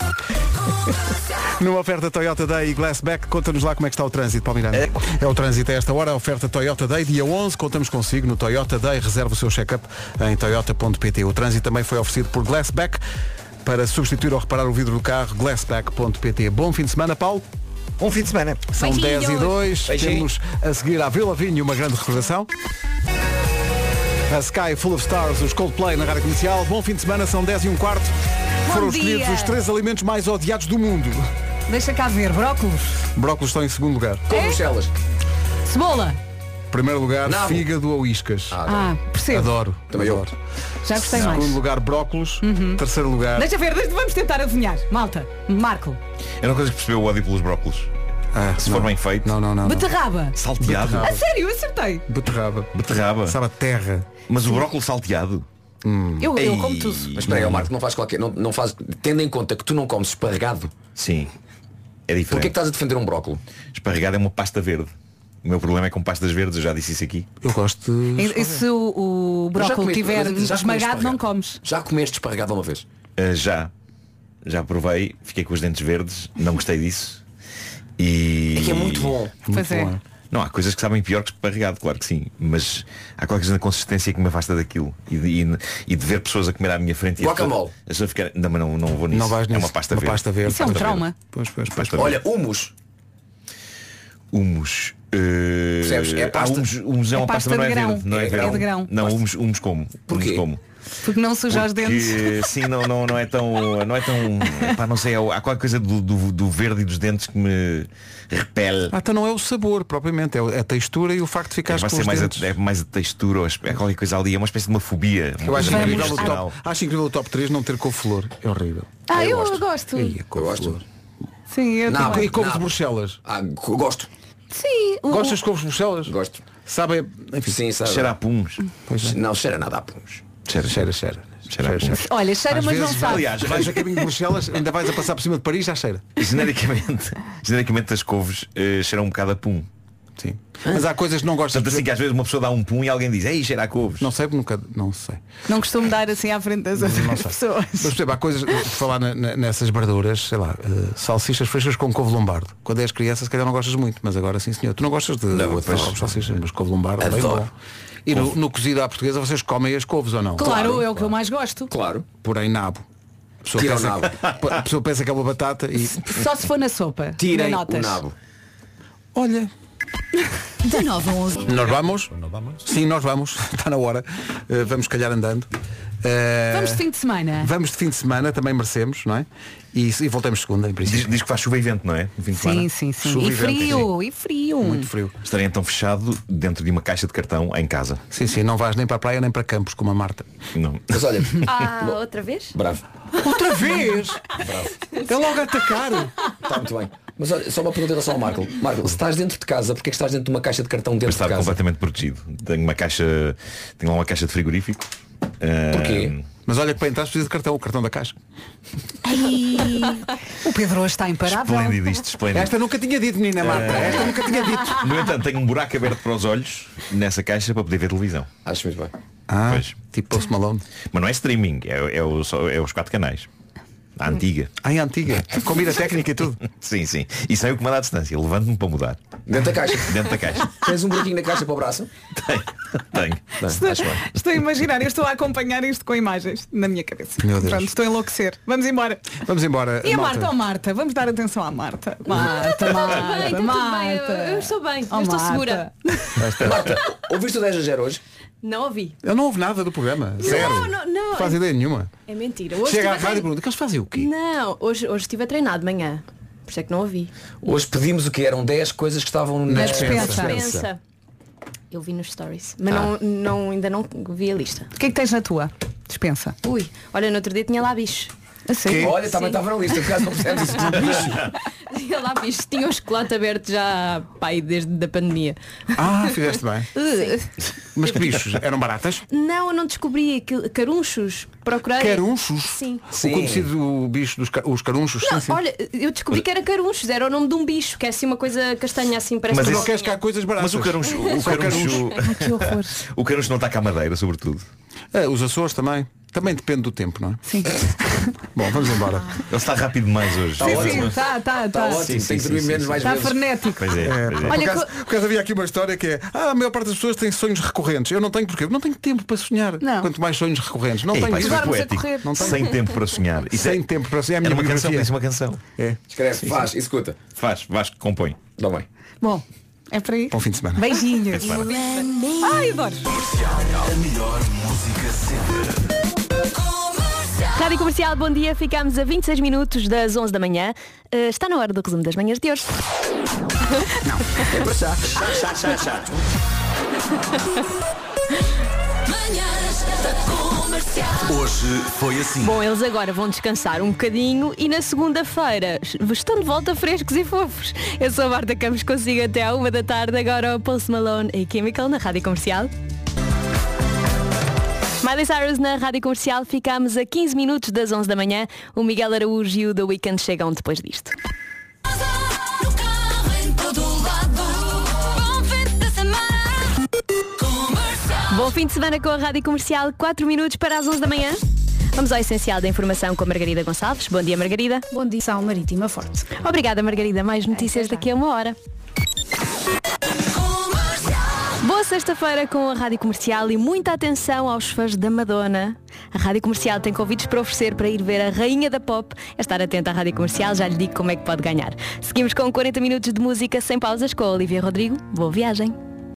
Numa oferta Toyota Day e Glassback, conta-nos lá como é que está o trânsito, Paulo Miranda. É o trânsito a esta hora, a oferta Toyota Day, dia 11, contamos consigo no Toyota Day, reserva o seu check-up em toyota.pt. O trânsito também foi oferecido por Glassback para substituir ou reparar o vidro do carro, glassback.pt. Bom fim de semana, Paulo. Bom fim de semana. São 10 e 2. Temos a seguir à Vila Vinho uma grande recordação. A Sky Full of Stars, os Coldplay na rádio comercial. Bom fim de semana, são 10 e um quarto. Bom Foram dia. escolhidos os três alimentos mais odiados do mundo. Deixa cá ver. Brócolos. Brócolos estão em segundo lugar. Com É? Bruxelas. Cebola. Primeiro lugar, Nabo. fígado ou iscas. Ah, percebo. Adoro. Também adoro. Já gostei Segundo mais. Uhum. lugar, brócolos. Terceiro lugar. Deixa ver, deixa- vamos tentar adivinhar. Malta, Marco, Era uma coisa que percebeu o ódio pelos brócolos. Se for bem feito. ah, Não, não, não. beterraba. Salteado. A sério, acertei. Beterraba. Beterraba. Sabe a terra. Mas o brócolis salteado. Eu, eu Ei, como tudo. Mas espera aí, ó, Marco, não faz qualquer. Não, não faz, tendo em conta que tu não comes esparregado. Sim. É diferente. Porquê que estás a defender um brócolo? Esparregado é uma pasta verde. O meu problema é com pastas verdes, eu já disse isso aqui. Eu gosto de. E, e se o, o brócolo estiver esmagado, não comes. Já comeste esparregado uma vez? Ah, já. Já provei, fiquei com os dentes verdes, não gostei disso. E. É que é muito bom. Pois é. Não, há coisas que sabem pior que esparregado, claro que sim. Mas há qualquer coisa na consistência que me afasta daquilo. E de, e- e de ver pessoas a comer à minha frente e a pessoa- Guacamole. a pessoa ficar. Não, mas não, não vou nisso. Não vais é nisso. uma pasta Uma verde. pasta verde. Isso é um Pasta trauma. verde. Pois, pois, pois. Pasta Olha, verde. humus. Humus. eh, Percebes? É há pasta. humus, humus é, É uma pasta, pasta mas de não é grão. verde. Não é, É verde. de grão. Não, humus, humus como. Porquê? Humus como. Porque não suja os dentes. Que, sim, não, não, não é tão. Não é tão. Pá, não sei, é há qualquer coisa do, do, do verde e dos dentes que me repele. Ah, então não é o sabor propriamente, é o- é a textura e o facto de É, ficar com vai os ser mais dentes. a, é mais a textura ou a, é qualquer coisa ali, é uma espécie de uma fobia. Eu acho Uma coisa incrível, o emocional. top, acho incrível o top 3 não ter couve-flor. É horrível. Ah, eu, gosto. Ia, couve-flor. Sim, eu Nada, também. e couves de Bruxelas? Ah, gosto. Sim, o- Gostas de couves de Bruxelas? Gosto. Sabe, enfim, Sim, sabe. Cheira a puns. né? Não, cheira nada a puns. Cheira, cheira, cheira. Cheira, Olha, cheira, Às mas não vezes, sabe. Aliás, vais a caminho de Bruxelas, ainda vais a passar por cima de Paris, já cheira. Genericamente, genericamente as couves eh, cheiram um bocado a pum. Sim. Mas há coisas que não gostas. Tanto assim que às vezes uma pessoa dá um pum e alguém diz, ei, cheira a couves. Não sei, nunca, não sei. Não costumo dar assim à frente das outras Não sei. pessoas. Mas por exemplo, há coisas, por falar na- na- nessas verduras, sei lá, eh, salsichas frescas com couve lombardo. Quando és criança se calhar não gostas muito, mas agora sim senhor. Tu não gostas de, Não, de pois. salsichas, mas couve lombardo é bem Adoro. bom. E no, no cozido à portuguesa vocês comem as couves ou não? <laughs> Claro, é o que eu mais gosto. Claro. Porém nabo. A pessoa, Tira o pensa, nabo. a pessoa pensa que <laughs> é uma batata e. Só se for na sopa. Tirem não notas. o nabo. Olha. De 9 a 11. Nós vamos? Sim, nós vamos. <laughs> Está na hora. Eh, vamos se calhar andando. Eh, Vamos de fim de semana. Vamos de fim de semana, também merecemos, não é? E, e voltamos segunda, em princípio. Diz, diz que faz chuva e vento, não é? No fim de Sim, semana. sim, sim. Chuva E vento, frio, e frio. Muito frio. sim. Estarei então fechado dentro de uma caixa de cartão em casa. Sim, sim, não vais nem para a praia nem para campos, como a Marta. Não. Mas olha, <laughs> Ah, outra vez? bravo. Outra vez? É logo a atacar. Está Tá, muito bem. Mas olha, só uma pergunta em relação ao Marco. Marco, se estás dentro de casa, porque é que estás dentro de uma caixa de cartão dentro Mas de está casa? completamente protegido. Tenho uma caixa. Tenho lá uma caixa de frigorífico. Ah, Porquê? Mas olha que para entrar precisa de cartão, o cartão da caixa. <laughs> Ai, o Pedro hoje está imparável. Esplêndido isto, esplêndido. Esta nunca tinha dito, menina Marta. Eh. Esta nunca tinha dito. No entanto, tenho um buraco aberto para os olhos nessa caixa para poder ver televisão. Acho muito bem. Ah, tipo Post Malone. Mas não é streaming, é, é o- só- é os quatro canais. A antiga. Ai, Ah, é <laughs> antiga. Comida técnica e tudo. Sim, sim. E sei o que manda à distância. Levanto-me para mudar. Dentro da caixa. <laughs> Dentro da caixa. Tens um buraquinho na caixa para o braço? Tenho. Estou, estou a imaginar, eu estou a acompanhar isto com imagens na minha cabeça. Meu Deus. Pronto, estou a enlouquecer. Vamos embora. Vamos embora. E a malta. Marta, oh Marta, vamos dar atenção à <laughs> Marta. Está Marta, tudo bem, está Marta, tudo bem. Marta. Eu, eu estou bem, Ah, Oh, eu estou Marta. segura. Marta, ouviste o 10 a 0 hoje? Não ouvi. Eu não ouve nada do programa. Zero. não, não. Faz ideia nenhuma. É mentira. Hoje Chega à estive rádio e trein- pergunta, que eles fazem o quê? Não, hoje, hoje estive a treinar de manhã. Por isso é que não ouvi. Hoje pedimos o que eram 10 coisas que estavam na, é Na dispensa. Pensa. Eu vi nos stories. Mas Ah. não, não, ainda não vi a lista. O que é que tens na tua? Dispensa. Ui, olha, no outro dia tinha lá bicho. Que? Olha, também Sim. estava na lista, por acaso não percebes isso. tá Tinha lá bicho. Tinha o chocolate aberto já, pai, desde a pandemia. Ah, fizeste <laughs> bem. Mas que bichos? Eram baratas? Não, eu não descobri aquilo. Carunchos. Procurei. Carunchos? Sim. O conhecido bicho dos ca- os carunchos? Não, sim, sim. olha, eu descobri que era carunchos, era o nome de um bicho, que é assim uma coisa castanha assim, parece Mas que não queres que há coisas baratas. Mas o caruncho, o Só caruncho, Que <laughs> horror. o caruncho não está cá a madeira, sobretudo. Ah, os Açores também. Também depende do tempo, não é? Sim. <laughs> Bom, vamos embora. Ah. Ele está rápido demais hoje. Está é, ótimo. Sim, tá, tá, Está tá. ótimo, Sim, tem sim, que dormir sim, menos sim, mais Está vezes. frenético. Pois é, pois é. Por Olha acaso, que- por acaso havia aqui uma história que é ah, a maior parte das pessoas tem sonhos recorrentes. Eu não tenho porquê? Porque não tenho tempo para sonhar. Não. Quanto mais sonhos recorrentes. Não Ei, tenho pá, isso. isso foi Levar-nos a poético. correr. Não Sem tempo para sonhar. Isso Sem é- tempo para sonhar. É a Era minha uma canção, biografia. disse uma canção. É. Escreve, faz, escuta. Faz, Vasco compõe. Dá bem. Bom, é para aí. Bom um fim de semana. Beijinhos. Fim de Ai, adoro. Rádio Comercial, bom dia. Ficámos a 26 minutos das 11 da manhã. Eh, está na hora do resumo das manhãs de hoje. É para já. Chato, chato, chato, <laughs> chato. Hoje foi assim. Bom, eles agora vão descansar um bocadinho e na segunda-feira estão de volta frescos e fofos. Eu sou a Marta Campos, consigo até à uma da tarde. Agora o Post Malone e Chemical na Rádio Comercial. Miley Cyrus na Rádio Comercial. Ficámos a 15 minutos das 11 da manhã. O Miguel Araújo e o The Weeknd chegam depois disto. Bom fim de semana com a Rádio Comercial, 4 minutos para as 11 da manhã. Vamos ao essencial da informação com a Margarida Gonçalves. Bom dia, Margarida. Bom dia, São Marítima Forte. Obrigada, Margarida. Mais notícias daqui a uma hora. Boa sexta-feira com a Rádio Comercial e muita atenção aos fãs da Madonna. A Rádio Comercial tem convites para oferecer para ir ver a Rainha da Pop. É estar atento à Rádio Comercial, já lhe digo como é que pode ganhar. Seguimos com 40 minutos de música sem pausas com a Olivia Rodrigo. Boa viagem.